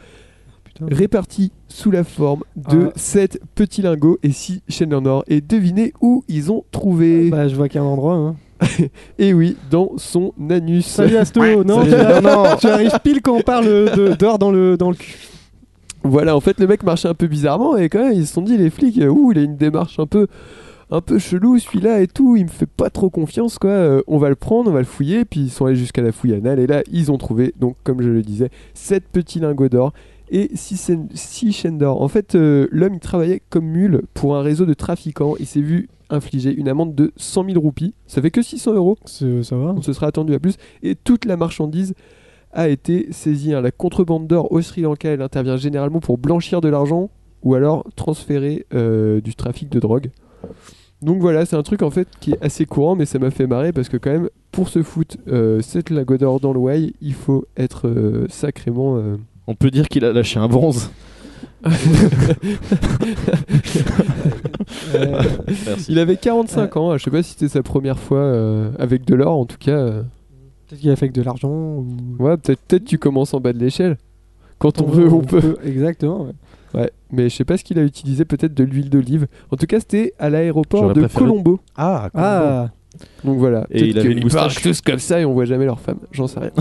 répartis sous la forme de
Ah.
7 petits lingots et 6 chaînes en or. Et devinez où ils ont trouvé
Bah, je vois qu'un endroit. hein.
et Eh oui, dans son anus.
Salut Asto Non,
Salut.
tu arrives- tu arrives pile quand on parle de- d'or dans le, dans le cul.
Voilà, en fait, le mec marchait un peu bizarrement et quand même, ils se sont dit, les flics, euh, ouh, il a une démarche un peu, un peu chelou, celui-là et tout, il me fait pas trop confiance, quoi. Euh, on va le prendre, on va le fouiller, puis ils sont allés jusqu'à la fouille anale et là, ils ont trouvé, donc, comme je le disais, 7 petits lingots d'or et 6, chaînes d'or. En fait, euh, l'homme, il travaillait comme mule pour un réseau de trafiquants. Il s'est vu infliger une amende de 100 000 roupies. Ça fait que 600 euros.
C'est- Ça va
on se serait attendu à plus. Et toute la marchandise a été saisie. hein. La contrebande d'or au Sri Lanka, elle intervient généralement pour blanchir de l'argent ou alors transférer euh, du trafic de drogue. Donc voilà, c'est un truc en fait qui est assez courant, mais ça m'a fait marrer parce que quand même, pour se foutre euh, cette lago d'or dans le way, il faut être euh, sacrément... euh,
On peut dire qu'il a lâché un bronze.
Euh, Il avait 45 ans, hein. je sais pas si c'était sa première fois euh, avec de l'or en tout cas. euh.
Peut-être qu'il a fait avec de l'argent ou...
Ouais, peut-être peut tu commences en bas de l'échelle. Quand on veut, on peut.
Exactement. ouais.
Ouais, mais je sais pas ce qu'il a utilisé, peut-être de l'huile d'olive. En tout cas, c'était à l'aéroport
J'aurais
de
préféré-
Colombo.
Ah,
Ah,
Donc voilà.
Et
Peut-être
il avait
que
une
ils
moustache.
parlent tous comme ça et on voit jamais leurs femmes. J'en sais rien.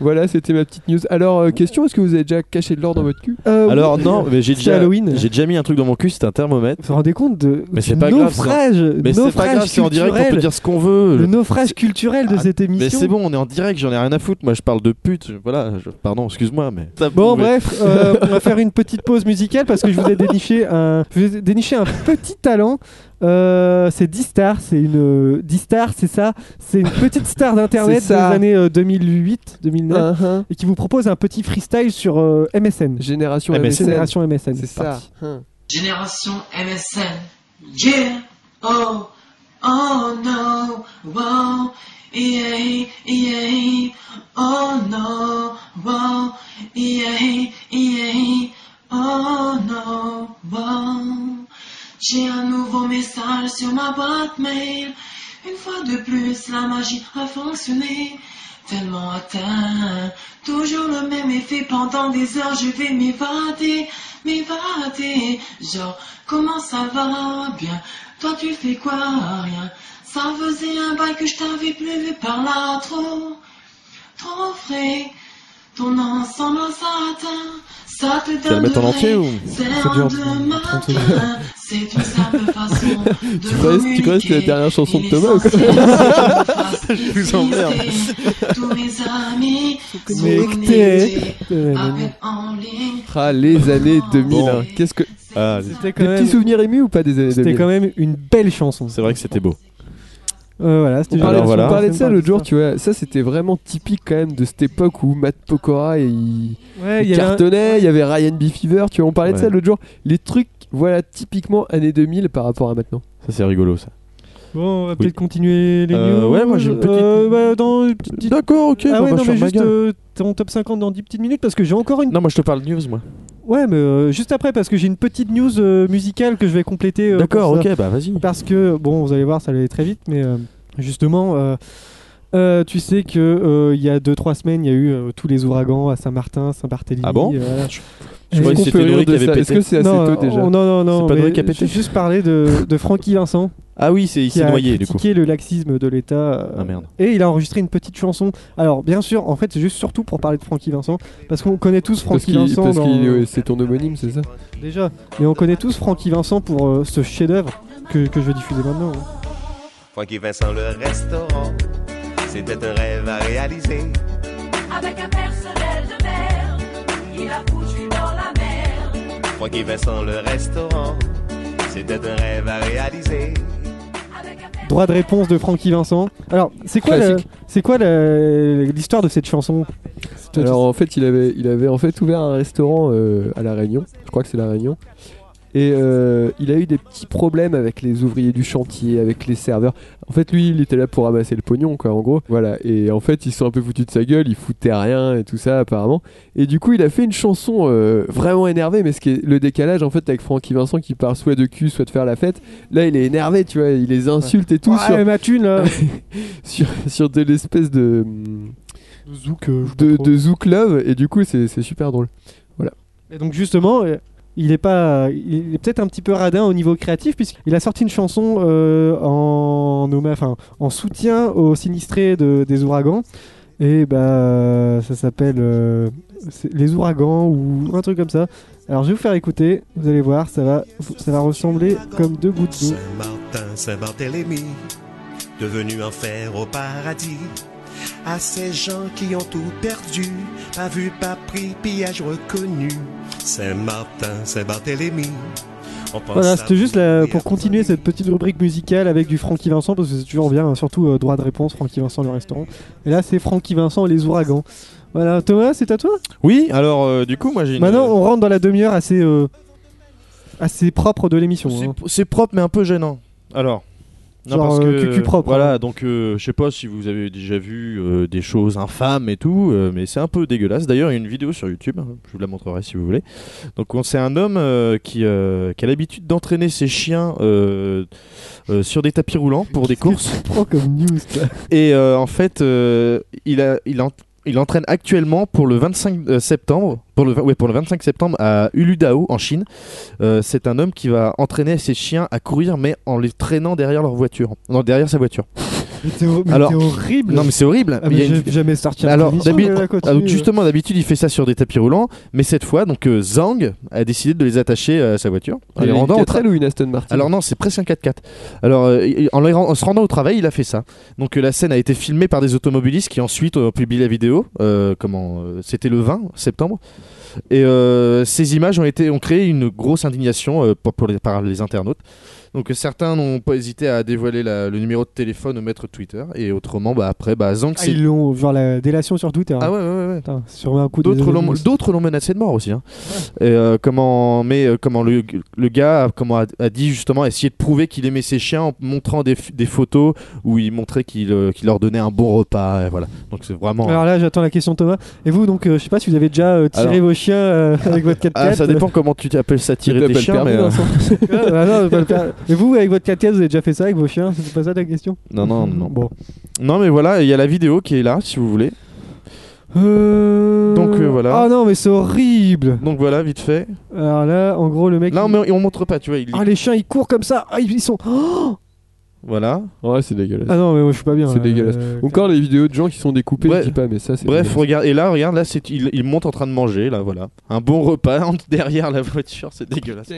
voilà, c'était ma petite news. Alors, euh, question est-ce que vous avez déjà caché de l'or dans votre cul
Ah
Euh,
Alors
oui.
non, mais j'ai
C'est
déjà
Halloween.
J'ai déjà mis un truc dans mon cul, c'était un thermomètre.
Vous vous rendez compte de
Mais
du
c'est pas grave, ça.
naufrage,
Mais c'est pas
naufrage
grave, c'est en direct, on peut
culturel,
dire ce qu'on veut.
le naufrage culturel de
Ah,
cette émission.
Mais c'est bon, on est en direct, j'en ai rien à foutre. Moi, je parle de pute. Voilà, je- pardon, excuse-moi, mais.
Bon
Mais-
bref, euh, on va faire une petite pause musicale parce que je vous ai déniché un, je vous ai déniché un petit talent. Euh, c'est D-Star, c'est une D-Star, c'est ça, c'est une petite star d'internet
C'est
des
ça.
années euh, 2008-2009
Hein, hein.
et qui vous propose un petit freestyle sur euh, MSN,
Génération
Ah, mais
MSN.
Eh ben, génération MSN.
C'est ça.
parti.
Hein.
Génération MSN. Yeah. Oh. Oh no. Wow. Yeah. Yeah. Oh no. Wow. Yeah. Yeah.
Oh non, bon. J'ai un nouveau message sur ma boîte mail. Une fois de plus, la magie a fonctionné. Tellement atteint, toujours le même effet. Pendant des heures, je vais m'évader, m'évader. Genre, comment ça va bien Toi, tu fais quoi Rien. Ça faisait un bail que je t'avais plus vu par là. Trop, trop frais. Ton ensemble, ça atteint. Ça te
Tu vas le
donne
mettre en entier ou
c'est un demain demain, c'est une simple façon de
Tu crois tu crois que c'était la
communiquer.
dernière chanson de
Il est
Thomas ou quoi
censé que je
vous emmerde.
Tous mes amis sont
Connecté.
connectés. à peine en ligne.
Ah, les années 2000.
Bon.
hein. Qu'est-ce que
Ah, les-
C'était quand,
des petits
même-
souvenirs émus ou pas des années
c'était
2000
quand même une belle chanson.
C'est vrai que c'était beau.
Euh, voilà, c'était
On parlait,
Alors
on
voilà.
parlait de ça l'autre jour, tu vois. Ça, c'était vraiment typique quand même de cette époque où Matt Pokora il,
Ouais, il
il
y avait un-
cartonnait. Il y avait Ryan B. Fever, tu vois. On parlait de
Ouais.
ça l'autre jour. Les trucs, voilà, typiquement années 2000 par rapport à maintenant.
Ça, c'est rigolo, ça.
Bon, on va peut-être continuer les
Euh,
news.
ouais, moi, j'ai une petite-
Euh, bah, dans une petite-
D'accord, ok.
Ah
bon,
ouais,
bah,
non,
je
mais
ferme ma
juste
gueule.
euh, ton top 50 dans 10 petites minutes parce que j'ai encore une.
Non, moi, je te parle de news, moi.
Ouais, mais euh, juste après parce que j'ai une petite news euh, musicale que je vais compléter. euh,
D'accord,
pour ça.
ok, bah vas-y.
Parce que, bon, vous allez voir, ça allait très vite, mais euh, justement, euh, euh, tu sais que euh, il y a 2-3 semaines, il y a eu euh, tous les ouragans à Saint-Martin, Saint-Barthélemy.
Ah bon
euh, voilà.
Je croyais
Est-ce
que
qu'on
c'était
peut rire
Noé qui
de
avait
ça Est-ce
pété.
que c'est assez
non,
tôt déjà
oh, non, non, non.
C'est pas
mais
Noé qui a
j'ai
pété
juste parlé de, de Francky Vincent.
Ah oui, c'est il
qui
s'est
a
noyé, du coup.
critiqué le laxisme de l'État. euh,
Ah merde.
Et il a enregistré une petite chanson. Alors, bien sûr, en fait, c'est juste surtout pour parler de Francky Vincent, parce qu'on connaît tous
Parce
Francky
qu'il
Vincent.
parce
dans-
qu'il- ouais, c'est ton homonyme, c'est ça
Déjà, mais on connaît tous Francky Vincent pour euh, ce chef-d'œuvre que, que je vais diffuser maintenant. hein.
Francky Vincent le restaurant, c'était un rêve à réaliser.
Avec un personnel de mer, il a foutu dans la mer.
Francky Vincent le restaurant, c'était un rêve à réaliser.
Avec un personnel
Droit de réponse de Francky Vincent. Alors, c'est quoi, la-
Classique.
c'est quoi la- l'histoire de cette chanson
Alors en fait, il avait, il avait en fait ouvert un restaurant euh, à La Réunion. Je crois que c'est La Réunion. Et euh, il a eu des petits problèmes avec les ouvriers du chantier, avec les serveurs. En fait, lui, il était là pour ramasser le pognon, quoi, en gros. Voilà. Et en fait, ils se sont un peu foutus de sa gueule. Il foutait rien et tout ça, apparemment. Et du coup, il a fait une chanson euh, vraiment énervée. Mais ce qui est le décalage, en fait, avec Francky Vincent qui parle soit de cul, soit de faire la fête. Là, il est énervé, tu vois. Il les insulte et tout
Ouais,
sur,
ma thune, là.
sur, sur de l'espèce de.
Zouk, euh, je sais pas
de,
trop.
de Zouk Love et du coup c'est c'est super drôle.
Et donc justement, euh, il est pas, il est peut-être un petit peu radin au niveau créatif puisqu'il a sorti une chanson euh, en, hommage- enfin, en soutien aux sinistrés de- des ouragans. Et bah ça s'appelle euh, c'est les ouragans ou un truc comme ça. Alors je vais vous faire écouter, vous allez voir, ça va, ça va ressembler comme deux bouts de dos.
Saint-Martin, Saint-Barthélemy, devenu enfer au paradis. À ces gens qui ont tout perdu, pas vu, pas pris, pillage reconnu. Saint-Martin, Saint-Barthélemy. on pense
Voilà,
à
c'était juste
vous
là
et à
pour
vos
continuer
amis.
cette petite rubrique musicale avec du Francky Vincent parce que c'est toujours bien, hein, surtout euh, droit de réponse, Francky Vincent le restaurant. Et là c'est Francky Vincent et les ouragans. Voilà, Thomas, c'est à toi
Oui, alors euh, du coup, moi j'ai une.
Maintenant, on rentre dans la demi-heure assez, euh, assez propre de l'émission.
C'est-
hein.
C'est propre mais un peu gênant. Alors.
Genre, euh, cul-cul propre,
Voilà, donc euh, je sais pas si vous avez déjà vu euh, des choses infâmes et tout, euh, mais c'est un peu dégueulasse. D'ailleurs, il y a une vidéo sur YouTube, hein, je vous la montrerai si vous voulez. Donc on- c'est un homme euh, qui, euh, qui a l'habitude d'entraîner ses chiens euh, euh, sur des tapis roulants pour des courses.
Prends comme news. quoi.
Et euh, en fait, euh, il, a, il, en- il entraîne actuellement pour le 25 euh, septembre, pour le, vingt- ouais, pour le 25 septembre à Uludao en Chine. Euh, c'est un homme qui va entraîner ses chiens à courir, mais en les traînant derrière leur voiture, non derrière sa voiture.
Mais t'es ho- mais
Alors-
t'es horrible.
Non, mais c'est horrible.
Ah,
Il y a
mais
une-
j'ai jamais sorti un
Alors,
émission,
d'habi-
mais là, continue.
ah, donc,
euh,
justement, d'habitude, il fait ça sur des tapis roulants, mais cette fois, donc euh, Zhang a décidé de les attacher euh, à sa voiture en les
Il a une
rendant au tra-
Catrel ou une Aston Martin
alors non, c'est presque un 4x4. Alors euh, il- en, les ren- en se rendant au travail, il a fait ça. Donc euh, la scène a été filmée par des automobilistes qui ensuite euh, ont publié la vidéo. Euh, comment euh, C'était le 20 septembre. Et euh, ces images ont été ont créé une grosse indignation euh, pour, pour les, par les internautes. Donc euh, certains n'ont pas hésité à dévoiler la- le numéro de téléphone au maître Twitter et autrement bah après bah Zhang
Ah,
s'est-
ils l'ont, genre la délation sur Twitter. hein.
ah ouais, ouais, ouais, ouais.
Putain, Sûrement un coup des
D'autres l'ont
Anonymous.
d'autres l'ont menacé de mort aussi. hein. Et, euh, comment, mais euh, comment le, le gars a- comment a, a dit justement essayer de prouver qu'il aimait ses chiens en montrant des, f- des photos où il montrait qu'il euh, qu'il leur donnait un bon repas. et voilà. Donc c'est vraiment.
Alors là, j'attends la question de Thomas. Et vous, donc, euh, je sais pas si vous avez déjà euh, tiré
Alors-
vos chiens euh, avec votre 4x4.
Ah, ça dépend comment tu t'appelles ça tirer tes
t'appelles
chiens.
permis,
mais, euh,
Vincent.
Ah, bah non, pas le faire. Mais vous, avec votre 4x4, vous avez déjà fait ça avec vos chiens C'est pas ça ta question
Non, non, non.
Bon.
euh, Non, mais voilà, il y a la vidéo qui est là si vous voulez.
Euh,
Donc, euh, voilà.
Ah non, mais c'est horrible.
Donc voilà, vite fait.
Alors là, en gros, le mec.
Là, on,
il-
me- on montre pas, tu vois. il-
Ah, les chiens, ils courent comme ça. Ah, ils ils sont. Oh
Voilà.
euh, Ouais, c'est dégueulasse.
ah non, mais moi, je suis pas bien.
C'est
là.
dégueulasse.
Euh,
Encore les vidéos de gens qui sont découpés,
Bref.
je dis pas, mais ça c'est.
Bref, regarde. Et là, regarde, là, c'est il, il monte en train de manger. Là, voilà. Un bon repas en- derrière la voiture, c'est dégueulasse.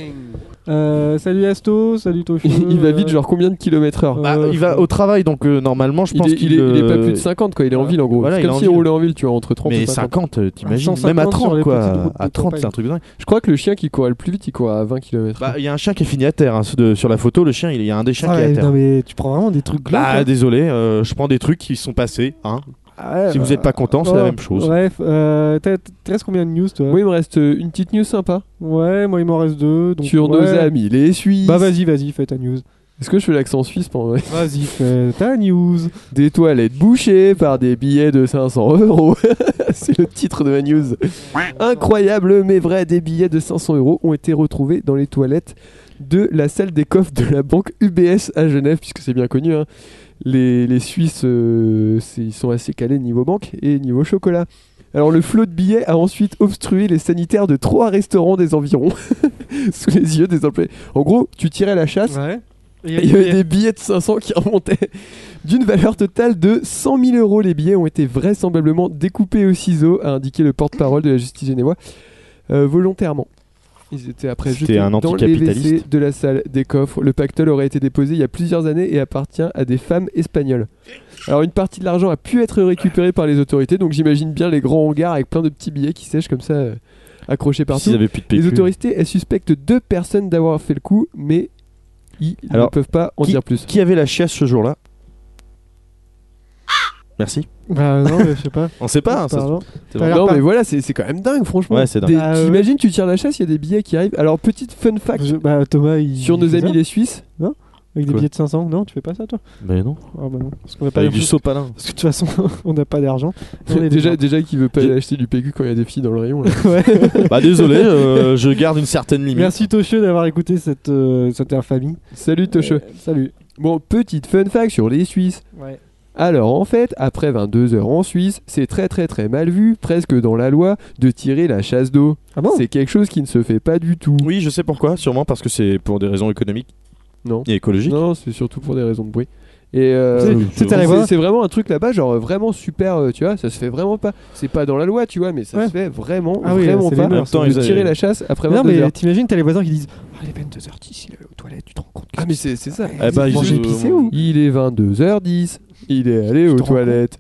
euh, salut Asto, salut Tofu.
Il va
euh,
vite, genre combien de kilomètres heure
Bah,
Euh,
il va au travail, donc euh, normalement, je
il
pense
est,
qu'il
il est- il est pas
euh,
plus de 50 quoi, il est en
voilà.
ville en gros.
Voilà,
c'est
il est
comme
en
s'il
ville.
roulait en ville, tu vois, entre 30 et
Mais
50.
50, euh, t'imagines
Ah,
Même à
150 sur
30,
les
quoi.
petites routes de
À 30, c'est un
campagne.
truc de dingue.
Je crois que le chien qui courait le plus vite, il courait à 20 km.
Bah, il y a un chien qui est fini à terre. hein, ce de- sur la photo, le chien, il y a un des chiens
Ah
qui est à
ouais, non,
terre.
mais tu prends vraiment des trucs glauques.
Bah,
hein.
désolé, euh, je prends des trucs qui sont passés. Hein.
Ah ouais,
Si vous
bah,
êtes pas content, c'est la
oh,
même chose.
Bref, euh, t'as- t'as reste combien de news
Bah.
toi
Moi, il me reste euh, une petite news sympa
Ouais, moi il m'en reste deux. Donc
sur nos
ouais.
amis les Suisses.
Bah vas-y, vas-y, fais ta news.
Est-ce que je fais l'accent suisse pendant
Vas-y, fais ta news.
Des toilettes bouchées par des billets de 500 euros. C'est le titre de ma news. Incroyable mais vrai, des billets de 500 euros ont été retrouvés dans les toilettes de la salle des coffres de la banque UBS à Genève, puisque c'est bien connu. hein. Les, les Suisses, euh, c'est- ils sont assez calés niveau banque et niveau chocolat. Alors le flot de billets a ensuite obstrué les sanitaires de trois restaurants des environs sous les yeux des employés. En gros, tu tirais la chasse
Ouais.
et il y avait des billets de 500 qui remontaient d'une valeur totale de 100 000 euros. Les billets ont été vraisemblablement découpés au ciseau, a indiqué le porte-parole de la justice génévoise, euh, volontairement. Ils étaient après
C'était
jetés
un
dans les
anticapitaliste.
WC de la salle des coffres. Le pactole aurait été déposé il y a plusieurs années et appartient à des femmes espagnoles. Alors une partie de l'argent a pu être récupérée par les autorités, donc j'imagine bien les grands hangars avec plein de petits billets qui sèchent comme ça, euh, accrochés partout.
S'ils avaient plus de
Les
PQ.
autorités, elles suspectent deux personnes d'avoir fait le coup, mais ils
Alors,
ne peuvent pas en dire plus.
Qui avait la chiasse ce jour-là Merci.
Bah non, mais je sais pas.
On sait pas. hein, ça se-
Pardon. T'as
c'est vrai.
l'air
Non,
pas-
mais voilà, c'est c'est quand même dingue, franchement.
Ouais, c'est dingue.
Des-
Ah, ouais.
T'imagines, tu tires la chasse, il y a des billets qui arrivent. Alors, petite fun fact
Je- bah, Thomas, il.
sur
il
nos
fait
amis
ça
les Suisses.
Avec des
Quoi
billets de 500, non, tu fais pas ça toi
Mais non.
Ah bah non. Parce qu'on a pas
Avec
d'argent.
du sopalin.
Parce que de toute façon, on n'a pas d'argent. On est
Déjà,
des-
déjà qui veut pas
J'ai-
aller acheter du PQ quand il y a des filles dans le rayon. là.
Ouais.
bah désolé, euh, je garde une certaine limite.
Merci Toshio d'avoir écouté cette, euh, cette infamie.
Salut Toche.
Euh, salut.
Bon, petite fun fact sur les Suisses.
Ouais.
Alors, en fait, après 22 heures en Suisse, c'est très très très mal vu, presque dans la loi, de tirer la chasse d'eau.
Ah bon
C'est quelque chose qui ne se fait pas du tout.
Oh. Oui, je sais pourquoi, sûrement parce que c'est pour des raisons économiques
Non.
et écologiques.
Non, c'est surtout pour des raisons de bruit. Et euh,
C'est-
oui,
c'est
je-
à la
C'est-
voix.
C'est vraiment un truc là-bas, genre euh, vraiment super, euh, tu vois, ça se fait vraiment pas. C'est pas dans la loi, tu vois, mais ça
Ouais.
se fait vraiment,
Ah oui,
vraiment
c'est les
pas.
mœurs,
Attends,
de
ils avaient-
tirer la chasse après
Non,
22
mais
heures.
t'imagines, t'as les voisins qui disent Ah, il est 22h10, il est allé aux toilettes, tu te rends compte que-
Ah, mais c'est c'est ça.
Eh bah, ils
Manger
ont-
épicé ou
Il est 22h10, il est allé aux
te rends
toilettes.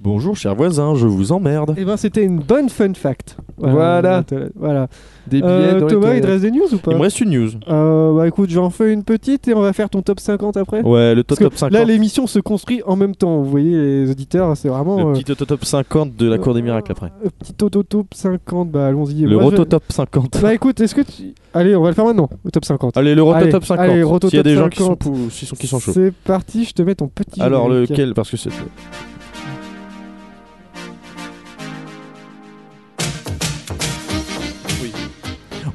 Bonjour chers voisins, je vous emmerde.
Eh ben, c'était une bonne fun fact.
Voilà.
les toilettes, Voilà.
Des billets
Euh,
dans les
Thomas, il te
toilettes.
reste des news ou pas
Il me reste une news.
Euh, Bah écoute, j'en fais une petite et on va faire ton top 50 après.
Ouais, le top,
Parce que
top 50.
Là, l'émission se construit en même temps. Vous voyez, les auditeurs, c'est vraiment.
Le
euh,
petit top, top 50 de la Cour des miracles après.
euh, petit auto top 50. Bah allons-y.
Le
Moi, je-
roto top 50.
Bah écoute, est-ce que tu. Allez, on va le faire maintenant, au top 50.
Allez, le roto
Allez,
top 50.
allez, roto
S'il y a
top
des gens qui sont,
50.
pou- qui sont, qui sont chauds.
C'est parti, je te mets ton petit.
Alors
générique.
lequel Parce que c'est.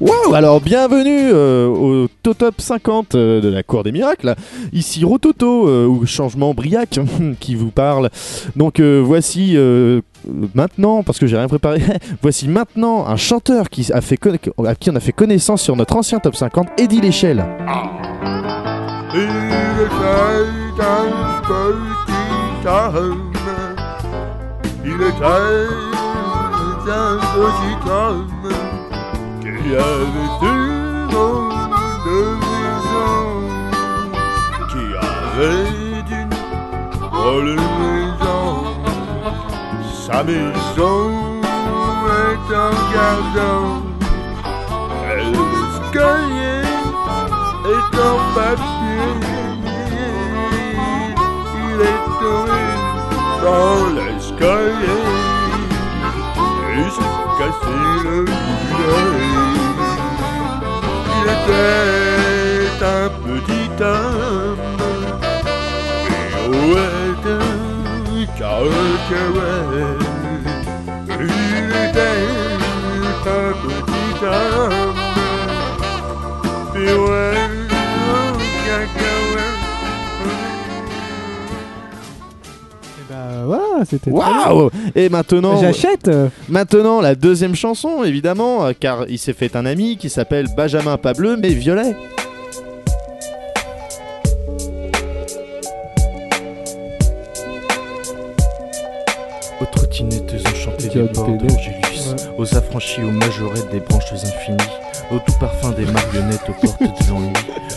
Waouh Alors bienvenue euh, au Totop 50 euh, de la Cour des Miracles. Ici Rototo euh, ou Changement Briac qui vous parle. Donc euh, voici euh, maintenant, parce que j'ai rien préparé, voici maintenant un chanteur qui a fait conna- à qui on a fait connaissance sur notre ancien Top 50, Eddie Léchelle.
Il est tombé dans l'escalier.
jusqu'à ce le Il était un petit homme, et ouais, cacahuète. Il était un petit homme, et ouais,
Bah voilà, c'était. très bien.
Waouh Et maintenant,
J'achète euh,
maintenant la deuxième chanson, évidemment, euh, car il s'est fait un ami qui s'appelle Benjamin pas bleu mais violet.
Aux trottinettes enchantées
Qui a
des
du
bords de
PNL.
Angelus, aux affranchis, aux majorettes des branches infinies, au doux parfum des marionnettes aux portes de l'ennui,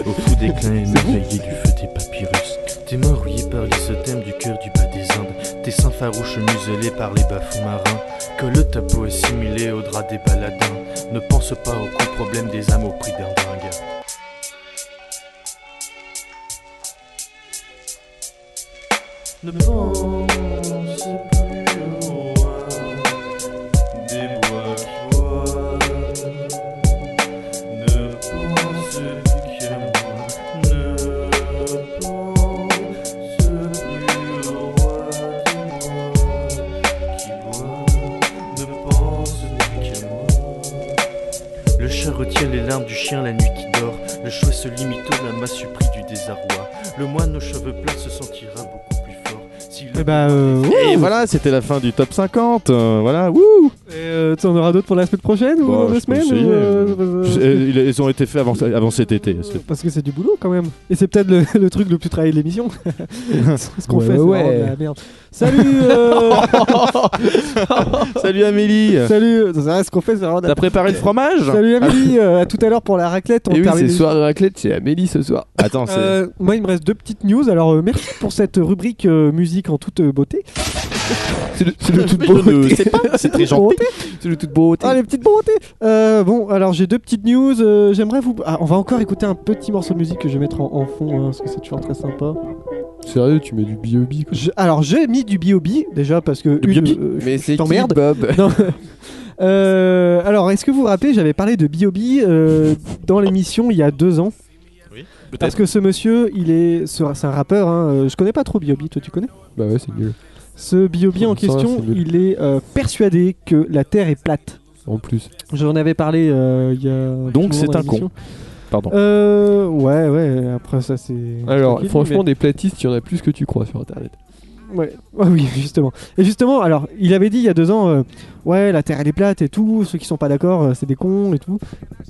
au fou déclin émerveillé du feu des papyrus. Tes mains rouillées par les thème du cœur du bas des Indes, tes seins farouches muselés par les bas-fonds marins, que le tapot est simulé au drap des baladins, ne pense pas aux gros problèmes des âmes au prix d'un dingue. Ne pense plus au roi des bois clois. Ne pense plus qu'à moi. Ne pense plus au roi des bois qui boit. Ne pense plus qu'à moi. Le chat retient les larmes du chien la nuit qui dort. Le choix se limite au lama surpris du désarroi. Le moine aux cheveux plats se sentira beaucoup plus fort. S'il
Eh bah, euh, ouais.
Et voilà, c'était la fin du top 50. euh, voilà, wouh
Et, euh, tu en auras d'autres pour la semaine prochaine ou
Bah,
dans
je
deux
peux
semaines
essayer.
ou, euh, euh,
Je- euh, ils- Ils ont été faits avant, avant cet été.
euh, Parce que c'est du boulot quand même. Et c'est peut-être le, le truc le plus travaillé de l'émission. Ce qu'on
Ouais,
fait, c'est
ouais.
vraiment de la merde. Salut euh,
Salut Amélie
Salut euh, c'est vrai, Ce qu'on fait, c'est vraiment de la
T'as préparé le
hein.
fromage
Salut Amélie, euh, à tout à l'heure pour la raclette. On
Et Eh oui,
termine
c'est
les-
soirée raclette, c'est Amélie ce soir.
Ah, Attends, c'est.
Euh, moi, il me reste deux petites news. Alors, euh, merci pour cette rubrique euh, musique en toute euh, beauté.
C'est le, c'est le tout
Mais
beau.
je ne sais pas, c'est très gentil.
C'est le tout beau.
Ah, les petites bontés Euh, Bon, alors j'ai deux petites news. euh, J'aimerais vous. Ah, on va encore écouter un petit morceau de musique que je vais mettre en, en fond hein, parce que c'est toujours très sympa.
Sérieux, tu mets du B.O.B. quoi.
Je- Alors, j'ai mis du B.O.B. déjà parce que. une,
B.O.B.
euh,
Mais c'est qui
t'emmerde.
Bob
Non. Euh, alors, est-ce que vous vous rappelez, j'avais parlé de B.O.B. euh, dans l'émission il y a deux ans Parce que ce monsieur, il est, c'est un rappeur. hein, euh, je connais pas trop B.O.B. Toi, tu connais
Bah ouais, c'est nul.
Ce B.O.B. en
Ça,
question,
c'est nul.
il est euh, persuadé que la Terre est plate.
En plus.
J'en avais parlé euh, il y a. un
Donc,
petit
c'est
moment dans
un
l'émission.
Pardon.
Euh, ouais, ouais, après ça c'est.
Alors,
tranquille,
franchement, des platistes, il y en a plus que tu crois sur internet.
mais- Ouais, ouais, oui, justement. Et justement, alors, il avait dit il y a deux ans, euh, ouais, la Terre elle est plate et tout, ceux qui sont pas d'accord, euh, c'est des cons et tout.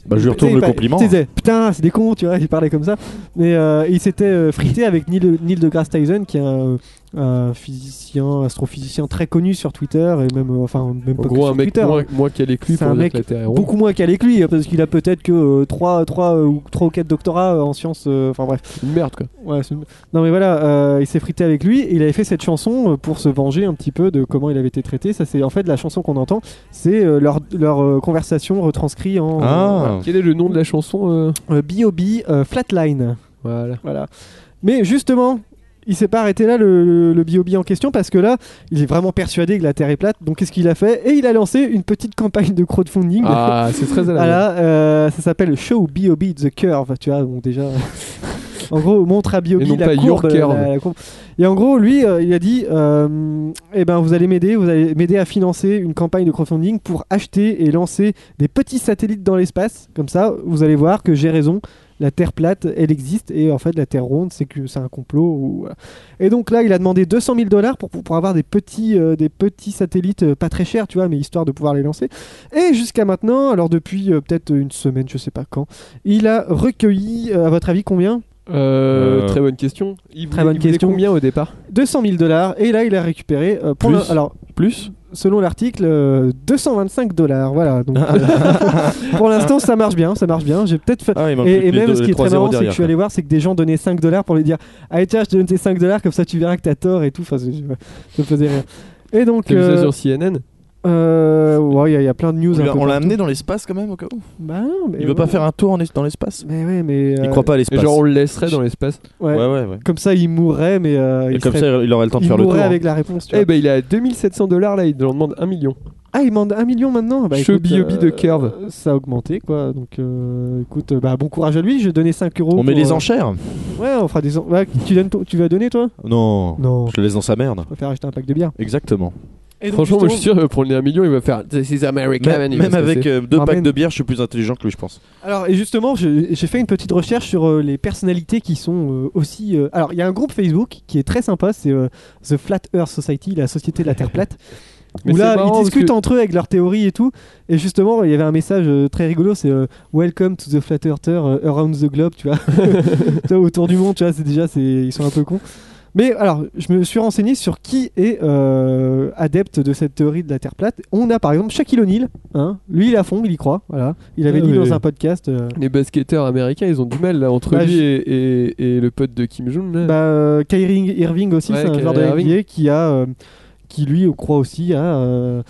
Bah, je lui retourne
Tu sais,
le
il pa-
compliment.
tu sais, Putain, c'est des cons, tu vois, il parlait comme ça. Mais euh, il s'était euh, frité avec Neil, Neil deGrasse Tyson, qui est un, un physicien, astrophysicien très connu sur Twitter, et même, euh, enfin, même
En
pas que
gros, un
sur
mec
Twitter. hein.
moins, moins calé que lui
C'est
pour
un
dire
mec
que la Terre est ronde.
Beaucoup moins calé que lui, parce qu'il a peut-être que 3, ou, trois ou 4 doctorats euh, en sciences, euh, enfin bref.
C'est une merde quoi.
Ouais, c'est une- Non mais voilà, euh, il s'est frité avec lui et il avait fait cette chanson euh, pour se venger un petit peu de comment il avait été traité. Ça c'est en fait la chanson qu'on entend, c'est euh, leur, leur euh, conversation retranscrite en
Ah
Quel est le nom de la chanson euh
euh, B.O.B. euh, Flatline.
Voilà.
Voilà. Mais justement, il s'est pas arrêté là le le B.O.B. en question parce que là, il est vraiment persuadé que la Terre est plate. Donc qu'est-ce qu'il a fait Et il a lancé une petite campagne de crowdfunding.
Ah, c'est très à la mode.
Voilà, euh, ça s'appelle Show B.O.B. The Curve, tu vois, bon déjà... en gros, montre à B.O.B.
Et non
la,
pas Your
courbe,
Curve.
la- la courbe. Et en gros, lui, euh, il a dit, euh, eh ben, vous allez m'aider, vous allez m'aider à financer une campagne de crowdfunding pour acheter et lancer des petits satellites dans l'espace. Comme ça, vous allez voir que j'ai raison. La Terre plate, elle existe, et en fait, la Terre ronde, c'est que c'est un complot. ou- voilà. Et donc là, il a demandé 200 000 dollars pour, pour, pour avoir des petits, euh, des petits satellites euh, pas très chers, tu vois, mais histoire de pouvoir les lancer. Et jusqu'à maintenant, alors depuis euh, peut-être une semaine, je sais pas quand, il a recueilli, euh, à votre avis, combien
Euh,
Euh,
Très bonne question. Il
Très
voulait-
bonne
il voulait
question.
combien au départ
200 000 dollars. Et là, il a récupéré, euh, pour
Plus
le- alors
Plus
selon l'article, euh, 225 dollars. Voilà. Donc,
Ah.
euh, pour l'instant, ça marche bien, ça marche bien. J'ai peut-être fait.
Ah, il manque plus
Et, et
que les
même
deux-
ce
les
qui est
trois
très
zéros
marrant, c'est que je
derrière,
suis allé voir, c'est que des gens donnaient 5 dollars pour lui dire Allez, tiens, je te donne tes 5 dollars, comme ça tu verras que t'as tort et tout. Enfin, c'est- je- ça me faisait rire. Et donc,
T'as vu ça
euh,
sur CNN
euh, ouais, il y, a- il y a plein de news.
On
un
l'a-
peu
on l'a
partout.
amené dans l'espace quand même au cas où.
Bah non, mais
Il veut pas
ouais.
faire un tour en es- dans l'espace
Mais ouais, mais.
Il
euh,
croit pas à
Et
l'espace.
genre, on le laisserait dans l'espace
ouais.
Ouais, ouais, ouais.
Comme ça, il mourrait, mais euh,
Et
il,
comme
serait-
ça, il aurait le temps de
il
faire le tour.
mourrait
hein.
avec la réponse. tu
Eh
vois.
ben, il est à 2700 dollars là, il en demande 1 million.
Ah, il demande un million maintenant bah, écoute,
Chobiobi de Curve.
euh, Ça a augmenté, quoi. Donc, euh, écoute, euh, bah, bon courage à lui. Je vais donner 5 euros.
On met
pour,
les
euh,
enchères
Ouais, on fera des. en- ouais, tu, donnes ton- tu vas donner, toi
Non.
Non.
Je le laisse dans sa merde.
Je préfère acheter un pack de bière.
Exactement.
Franchement, moi je suis sûr, euh, pour le un million, il va faire This is America.
Même,
il va se
avec
casser.
euh, deux
Non, mais-
packs de bière, je suis plus intelligent que lui, je pense.
Alors, et justement, je- j'ai fait une petite recherche sur euh, les personnalités qui sont euh, aussi. euh, Alors, il y a un groupe Facebook qui est très sympa, c'est euh, The Flat Earth Society, la société de la Terre plate.
Mais
où
c'est
là,
marrant
ils
parce
discutent
que-
entre eux avec leurs théories et tout. Et justement, il y avait un message euh, très rigolo c'est euh, Welcome to the Flat Earther euh, around the globe, tu vois. Tu vois, autour du monde, tu vois, c'est déjà, c'est- ils sont un peu cons. Mais alors, je me suis renseigné sur qui est euh, adepte de cette théorie de la Terre plate. On a par exemple Shaquille O'Neal, hein. lui il a fond, il y croit, voilà. Il avait
Ah,
dit
mais-
dans un podcast. euh,
Les basketteurs américains, ils ont du mal là entre
Bah,
lui
je-
et, et- et le pote de Kim Jong. là.
Bah, euh, Kyrie Irving aussi,
Ouais,
c'est un
Kyrie
joueur de
Irving.
NBA qui a, euh, qui lui croit aussi à, euh,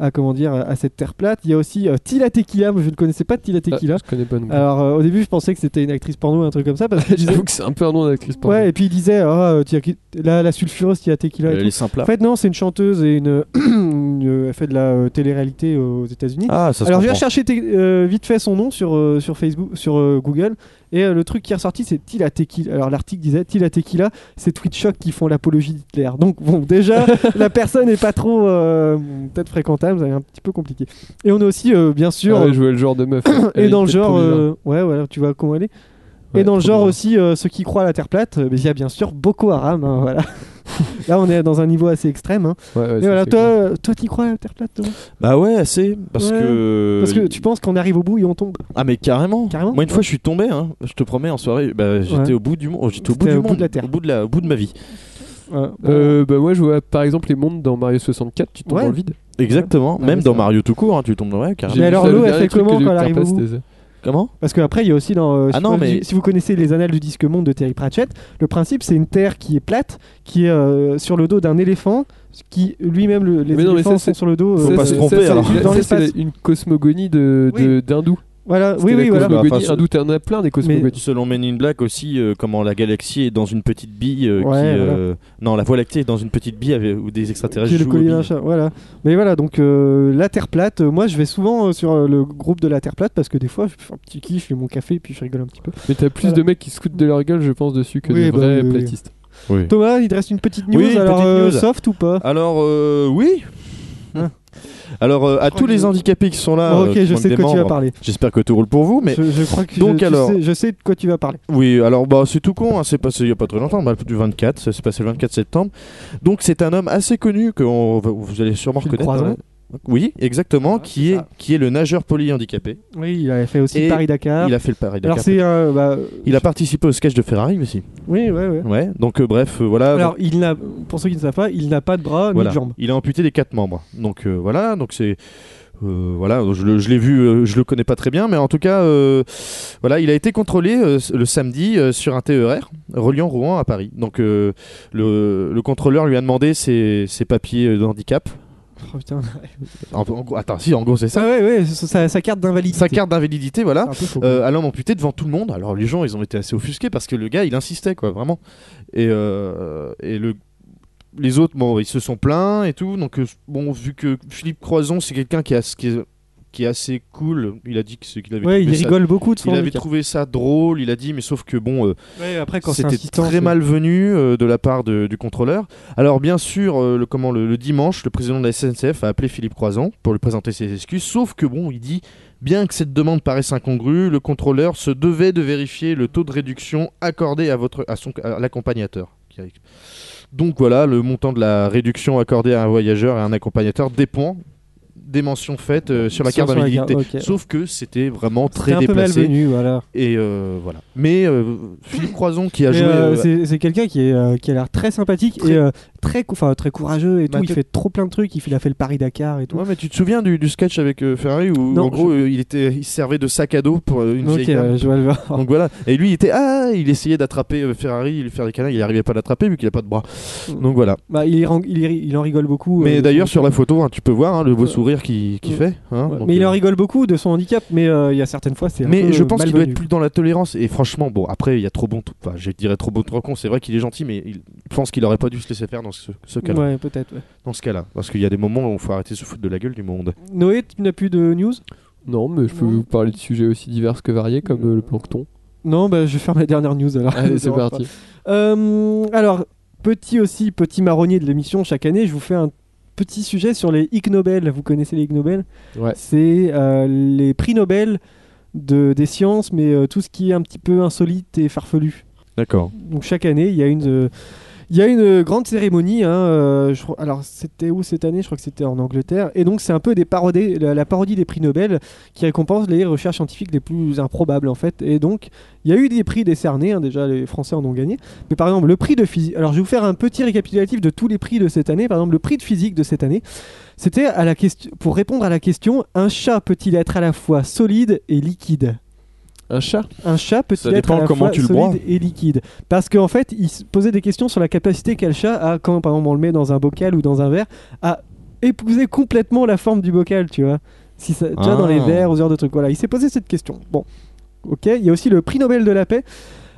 à comment dire, à cette terre plate. Il y a aussi euh, Tila Tequila, moi je ne connaissais pas Tila
Ah,
Tequila.
je connais pas non plus.
Bah, Alors euh, au début, je pensais que c'était une actrice porno, un truc comme ça, parce que je disais-
J'avoue que c'est un peu un nom d'actrice. porno.
ouais, et puis il disait, ah, euh, Tila- la, la sulfureuse Tila Tequila. et
Euh,
tout.
les simples.
En fait, non, c'est une chanteuse et une, une- elle fait de la euh, télé-réalité aux États-Unis.
Ah, ça se
Alors j'ai
comprend.
cherché euh, vite fait son nom sur, euh, sur Facebook, sur euh, Google, et euh, le truc qui est ressorti c'est Tila Tequila. Alors l'article disait Tila Tequila, c'est Twitchock qui font l'apologie d'Hitler. Donc bon, déjà la personne est pas trop euh, peut-être fréquentable, c'est un petit peu compliqué. Et on a aussi euh, bien sûr
Ah ouais, je vois le genre de meuf. Elle
et
est
dans le
peut-être
genre,
trop bizarre.
euh, ouais, voilà, tu vois comment elle est.
Ouais,
et dans le
trop
genre
bizarre.
aussi, euh, ceux qui croient à la Terre plate, euh, mais il y a bien sûr Boko Haram, hein, voilà. Là, on est dans un niveau assez extrême. Hein.
Ouais, ouais,
Mais
ça,
voilà,
c'est
toi,
cool.
euh, toi, t'y crois à la Terre plate, Thomas
Bah ouais, assez. Parce
Ouais.
que.
Euh,
Parce que tu penses qu'on arrive au bout et on tombe.
Ah, mais carrément.
Carrément.
Moi, une fois, je suis tombé, hein. je te promets, en soirée, bah, j'étais
Ouais.
au bout du monde. oh, j'étais au bout
T'étais
du
au bout
monde.
de la Terre.
Au bout de, la... au bout de ma vie.
Ouais, bon.
Euh, bah moi je vois par exemple les mondes dans Mario 64, tu tombes
Ouais.
dans le vide.
Exactement.
Ouais,
Même
mais
dans
ça-
Mario tout court, hein, tu tombes dans ouais,
J'ai
carrément.
vu
Mais alors,
ça, le
l'eau, elle
dernier
fait
truc
comment
que j'ai
quand
vu
elle arrive au
Carpass,
bout
c'était ça.
Comment
Parce qu'après, il y a aussi dans. euh,
Ah
si,
non,
vous,
mais-
si vous connaissez les annales du disque monde de Terry Pratchett, le principe, c'est une terre qui est plate, qui est euh, sur le dos d'un éléphant, qui lui-même, le- les
Mais non, mais
éléphants
ça,
sont
c'est-
sur le dos. euh,
Faut
Ça,
pas se
c'est-
tromper,
ça, c'est-
alors.
ça,
Dans
c'est
l'espace.
la- une cosmogonie de de- d'hindous.
Voilà, oui,
C'était
oui,
la
voilà.
cosmogonie
Bah, enfin,
hindoue, t'en as plein des cosmogonies.
Selon Men in Black aussi, euh, comment la galaxie est dans une petite bille. euh,
Ouais,
qui, euh, Non, la Voie lactée est dans une petite bille avec- où des extraterrestres
Qui est le
jouent aux
collier
billes.
d'un chat, voilà. Mais voilà, donc euh, la Terre plate, euh, moi je vais souvent euh, sur euh, le groupe de la Terre plate parce que des fois je fais un petit kiff, je fais mon café et puis je rigole un petit peu.
Mais t'as plus
Voilà.
de mecs qui se foutent de leur gueule, je pense, dessus que
Oui,
des
bah,
vrais
oui, oui.
platistes.
Thomas, il te reste une petite news,
Oui, une petite
alors euh,
news.
soft ou pas
Alors, euh, oui.
Hein
Alors, euh,
crois
à tous
que-
les handicapés qui sont là.
Ah,
Bon,
euh,
Ok,
qui
je
manquent
sais de
des
quoi tu vas
membres,
parler.
J'espère que tout roule pour vous, mais
Je, je crois que
Donc
je, tu
alors-
sais, je sais de quoi tu vas parler.
Oui, alors bah, c'est tout con, hein, c'est passé il n'y a pas très longtemps, bah, du 24, ça s'est passé le 24 septembre. Donc c'est un homme assez connu que on- vous allez sûrement
Gilles
reconnaître.
Croizon.
hein. Oui, exactement, qui, est, qui est le nageur polyhandicapé.
Oui, il avait fait aussi
Et
Paris-Dakar.
Il a fait le pari
Alors c'est un. bah,
Il a participé au sketch de Ferrari aussi.
Oui, ouais, ouais.
Ouais, donc euh, bref, euh, voilà.
Alors, il n'a, pour ceux qui ne savent pas, il n'a pas de bras
voilà.
ni de jambes.
Il a amputé les quatre membres. Donc euh, voilà, donc c'est. euh, voilà, je, le- je l'ai vu, euh, je le connais pas très bien, mais en tout cas, euh, voilà, il a été contrôlé euh, le samedi euh, sur un TER reliant Rouen à Paris. Donc euh, le, le contrôleur lui a demandé ses, ses papiers euh, de handicap.
Oh, putain.
En- en gros- attends, si, en gros, c'est ça.
Ah ouais, ouais, sa- sa, sa carte d'invalidité.
Sa carte d'invalidité, voilà.
C'est un peu faux.
Euh, à l'homme amputé devant tout le monde. Alors les gens, ils ont été assez offusqués parce que le gars, il insistait, quoi, vraiment. Et, euh, et le, les autres, bon, ils se sont plaints et tout. Donc, euh, bon, vu que Philippe Croison, c'est quelqu'un qui, a- qui est, qui est assez cool, il a dit que c'est- qu'il avait,
ouais, il
trouvé, ça,
rigole beaucoup de son
il avait
handicap.
trouvé ça drôle, il a dit, mais sauf que, bon, euh,
Ouais, après, quand c'est
c'était
insistant,
très
c'est-
malvenu euh, de la part de- du contrôleur. Alors bien sûr, euh, le, comment, le, le dimanche, le président de la SNCF a appelé Philippe Croizon pour lui présenter ses excuses, sauf que bon, il dit, bien que cette demande paraisse incongrue, le contrôleur se devait de vérifier le taux de réduction accordé à, votre, à, son, à l'accompagnateur. Donc voilà, le montant de la réduction accordée à un voyageur et à un accompagnateur dépend des mentions faites euh, sur la
Sur-
carte
sur la
d'invalidité.
carte, ok.
Sauf que c'était vraiment
C'est
très
un peu
déplacé.
malvenu, voilà.
Et euh, voilà. Mais euh, Philippe Croison qui a
Mais,
joué.
euh,
euh,
c'est- c'est quelqu'un qui, est, euh, qui a l'air très sympathique
Très-
et euh, très, cou- enfin, très courageux et
Bah,
tout. Il
quel-
fait trop plein de trucs. Il fait- il a fait le Paris-Dakar et tout.
Ouais, mais tu te souviens du, du sketch avec euh, Ferrari où
Non,
en gros euh, il était il servait de sac à dos pour euh, une
ok,
vieille dame.
euh, je vois le voir.
Donc voilà, et lui il était ah, il essayait d'attraper euh, Ferrari, lui faire des câlins, il arrivait pas à l'attraper vu qu'il a pas de bras. Donc voilà.
Bah, il, y ren- il y ri- il en rigole beaucoup.
Mais
euh,
d'ailleurs sur la photo, hein, tu peux voir hein, le beau
Ouais.
sourire qu'il qu'il
Ouais.
fait. hein,
Ouais,
donc,
mais il
euh,
en rigole beaucoup de son handicap, mais euh, il y a certaines fois, c'est. un
mais
peu
je pense qu'il doit
malvenu.
être plus dans la tolérance. Et franchement, bon, après, il y a trop bon. Enfin, je dirais trop bon, trop con. C'est vrai qu'il est gentil, mais il je pense qu'il aurait pas dû se laisser faire dans ce, ce cas-là.
Ouais, peut-être. ouais.
Dans ce cas-là. Parce qu'il y a des moments où il faut arrêter de se foutre de la gueule du monde.
Noé, tu n'as plus de news
Non, mais je peux
Non.
vous parler de sujets aussi divers que variés comme euh, le plancton.
Non, bah, je vais faire ma dernière news alors.
Allez,
Ça
c'est
dérange pas.
parti.
Euh, alors, petit aussi, petit marronnier de l'émission, chaque année, je vous fais un petit sujet sur les Ig Nobel. Vous connaissez les Ig Nobel
Ouais.
C'est euh, les prix Nobel de, des sciences, mais euh, tout ce qui est un petit peu insolite et farfelu.
D'accord.
Donc chaque année, il y a une, euh, il y a une euh, grande cérémonie. hein, euh, je crois- alors c'était où cette année Je crois que c'était en Angleterre. Et donc c'est un peu des parodies, la, la parodie des prix Nobel qui récompense les recherches scientifiques les plus improbables en fait. Et donc il y a eu des prix décernés. hein, déjà les Français en ont gagné. Mais par exemple le prix de physique. Alors je vais vous faire un petit récapitulatif de tous les prix de cette année. Par exemple le prix de physique de cette année, c'était à la question pour répondre à la question un chat peut-il être à la fois solide et liquide
Un chat
un chat peut-il
Ça
être
dépend
à la
comment
fois
tu le
solide
broies.
et liquide Parce qu'en fait, il se posait des questions sur la capacité qu'a le chat à, quand par exemple on le met dans un bocal ou dans un verre, à épouser complètement la forme du bocal, tu vois. Si ça, tu vois, dans les
Ah.
verres, aux heures de trucs. Voilà, il s'est posé cette question. Bon, ok. Il y a aussi le prix Nobel de la paix.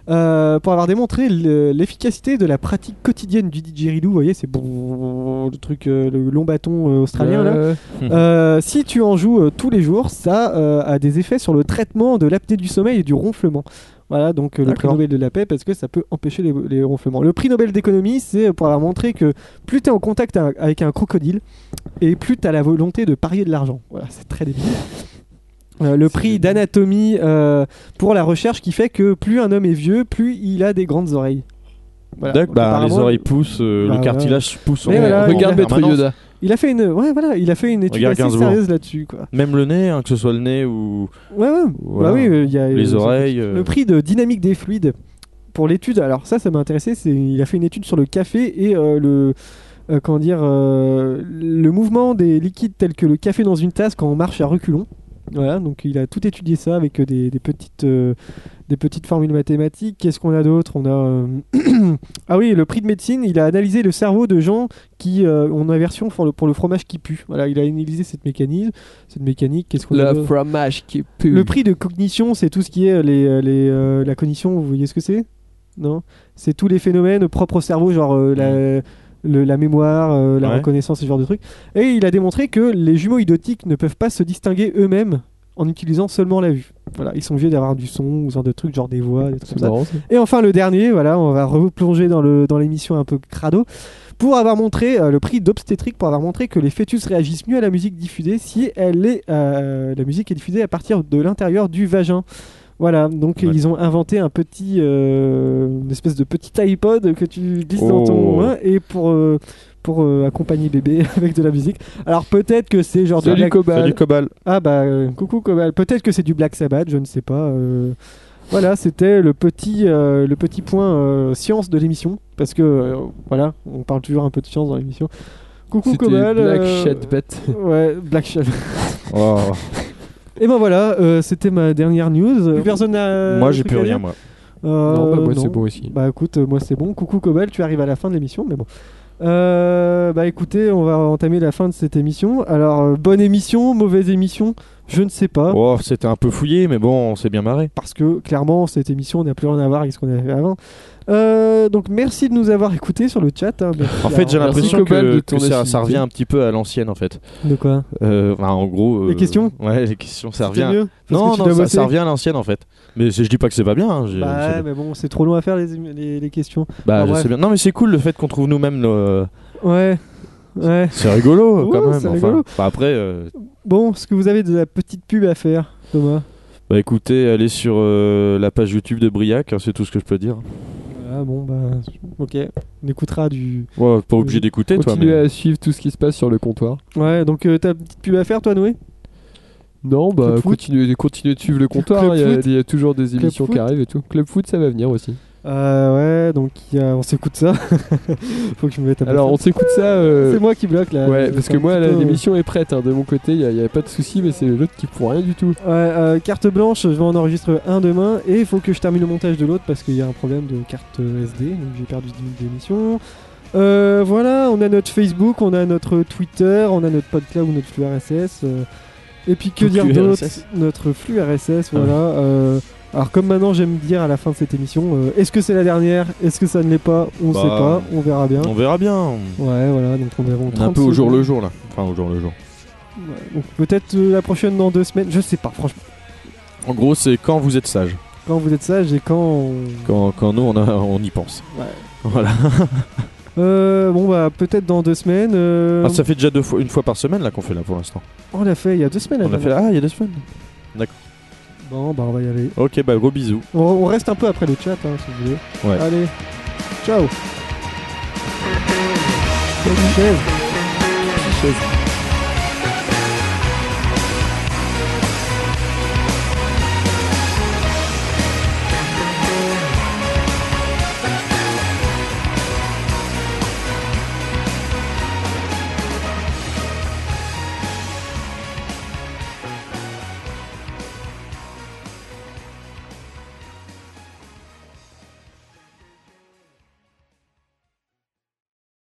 euh, pour avoir démontré le- l'efficacité de la pratique quotidienne du didgeridoo, vous voyez, c'est bon, le truc, euh, le long bâton euh, australien là.
Euh,
Euh, si tu en joues euh, tous les jours, ça euh, a des effets sur le traitement de l'apnée du sommeil et du ronflement. Voilà, donc euh, le prix
D'accord.
Nobel de la paix parce que ça peut empêcher les, les ronflements. Le prix Nobel d'économie, c'est pour avoir montré que plus tu es en contact à- avec un crocodile et plus tu as la volonté de parier de l'argent. Voilà, c'est très débile. Euh, le prix d'anatomie euh, pour la recherche qui fait que plus un homme est vieux, plus il a des grandes oreilles. Voilà.
D'accord,
Donc,
bah, les
apparemment,
oreilles poussent, euh,
Bah,
le cartilage pousse en
Mais voilà, il
regarde
a-
Maître
permanence.
Yoda.
Il a fait une, ouais, voilà, il a fait une étude
Regarde
assez
Gainsbourg.
sérieuse là-dessus, quoi.
Même le nez, hein, que ce soit le nez ou
Ouais, ouais.
Voilà.
Bah oui, euh, il y a
les
euh,
oreilles. euh,
Le prix de dynamique des fluides pour l'étude. Alors ça, ça m'a intéressé. C'est il a fait une étude sur le café et euh, le euh, comment dire euh, le mouvement des liquides tels que le café dans une tasse quand on marche à reculons. Voilà, donc il a tout étudié ça avec euh, des, des petites euh, des petites formules mathématiques. Qu'est-ce qu'on a d'autre On a euh, ah oui, le prix de médecine. Il a analysé le cerveau de gens qui euh, ont une aversion pour le, pour le fromage qui pue. Voilà, il a analysé cette mécanisme, cette mécanique. Qu'est-ce qu'on a
Le
d'autre
fromage qui pue.
le prix de cognition, c'est tout ce qui est euh, les, euh, les, euh, la cognition, vous voyez ce que c'est Non C'est tous les phénomènes propres au cerveau, genre euh, la, le- la mémoire, euh, la
Ouais.
reconnaissance, ce genre de trucs. Et il a démontré que les jumeaux idotiques ne peuvent pas se distinguer eux-mêmes en utilisant seulement la vue. Voilà, ils sont obligés d'avoir du son ou ce genre de trucs, genre des voix, des trucs
C'est
comme ça.
marrant. ça.
Et enfin, le dernier, voilà, on va replonger dans le- dans l'émission un peu crado. Pour avoir montré euh, le prix d'obstétrique, pour avoir montré que les fœtus réagissent mieux à la musique diffusée si elle est, euh, la musique est diffusée à partir de l'intérieur du vagin. Voilà, donc
Ouais.
ils ont inventé un petit, euh, une espèce de petit iPod que tu glisses dans ton
Oh.
hein, et pour euh, pour euh, accompagner bébé avec de la musique. Alors peut-être que c'est genre de
Salut
la-
Cobal.
Salut Cobal.
ah bah euh, coucou Cobal. Peut-être que c'est du Black Sabbath, je ne sais pas. euh. Voilà, c'était le petit euh, le petit point euh, science de l'émission parce que euh, voilà, on parle toujours un peu de science dans l'émission. Coucou
C'était
Cobal.
Black
euh,
Chat Bat.
Ouais, Black Chat.
Oh.
Et ben voilà, euh, c'était ma dernière news. Plus personne n'a.
moi, j'ai
truc
plus
à
rien,
dire
moi.
Euh,
non, bah, moi
non.
c'est bon aussi.
Bah écoute, euh, moi c'est bon. Coucou Cobal, tu arrives à la fin de l'émission, mais bon. Euh, bah écoutez, on va entamer la fin de cette émission. Alors, euh, bonne émission, mauvaise émission, je ne sais pas.
Oh, c'était un peu fouillé, mais bon, on s'est bien marré.
parce que clairement cette émission n'a plus rien à voir avec ce qu'on avait fait avant. Euh, donc merci de nous avoir écoutés sur le chat. hein, merci
En fait, j'ai
à-
merci
l'impression
Cobal de
que,
ton
que ça,
assiduité.
ça revient un petit peu à l'ancienne, en fait.
de quoi
Euh, bah, en gros. euh,
Les questions
Ouais, les questions, ça
C'était
revient.
mieux Parce que
Non,
tu
non,
dois
ça,
bosser
ça revient à l'ancienne en fait. Mais c'est- je dis pas que c'est pas bien. hein, je-
Bah ouais,
c'est-
mais bon, c'est trop long à faire les, les- les questions.
bah,
bah,
je
bref.
sais bien. Non, mais c'est cool le fait qu'on trouve nous-mêmes. le-
Ouais. Ouais.
C'est rigolo quand
Ouais,
même.
c'est
enfin.
rigolo.
Bah, après, euh,
Bon, est-ce que vous avez de la petite pub à faire, Thomas
bah, écoutez, allez sur euh, la page YouTube de Briac, hein, c'est tout ce que je peux dire.
Voilà, bon, bah ok. On écoutera du.
Ouais, pas
Oui.
obligé d'écouter toi,
Continuez
mais.
à suivre tout ce qui se passe sur le comptoir.
Ouais, donc euh, t'as une petite pub à faire, toi, Noé
Non, bah
Club foot.
continuez, continuez de suivre le comptoir. hein,
Club
Il y, a-
foot.
il y a toujours des
Club
émissions
foot.
qui arrivent et tout. Club foot, ça va venir aussi.
Euh, ouais, donc il y a- on s'écoute ça. Faut que je me mette à
Alors on
bosser.
s'écoute ça. euh,
C'est moi qui bloque là.
Ouais,
Je-
parce
c'est
que
un
moi
petit
là,
peu-
l'émission est prête. hein. De mon côté, il n'y a, il y a pas de souci, mais c'est l'autre qui pour rien du tout.
Ouais, euh, carte blanche, je vais en enregistrer un demain et il faut que je termine le montage de l'autre parce qu'il y a un problème de carte euh, SD, donc j'ai perdu 10 minutes d'émission. Euh, voilà, on a notre Facebook, on a notre Twitter, on a notre PodCloud ou notre flux RSS. euh, et puis que
Tout
dire
flux
d'autre
RSS.
Notre flux
Ah
RSS, voilà. euh, alors comme maintenant j'aime dire à la fin de cette émission, euh, est-ce que c'est la dernière Est-ce que ça ne l'est pas On
Bah,
sait pas, on verra bien.
On verra bien.
Ouais, voilà, donc on est en
On est un
30
peu au jour
secondes.
le jour là. Enfin, au jour le jour.
Ouais, donc peut-être euh, la prochaine dans deux semaines, je sais pas, franchement.
En gros, c'est quand vous êtes sage.
Quand vous êtes sage et quand... on-
Quand, quand nous, on, a- on y pense.
Ouais.
Voilà.
Euh, bon bah peut-être dans deux semaines. euh,
Ah, ça fait déjà deux fois, une fois par semaine là qu'on fait là pour l'instant.
On l'a fait il y a deux semaines. la
On a fait
dernière.
ah, il y a deux semaines.
Bon bah on va y aller.
Ok, bah gros bisous.
On, on reste un peu après le chat hein, si vous voulez.
Ouais.
Allez, ciao. Bonne chaise.
Cheers.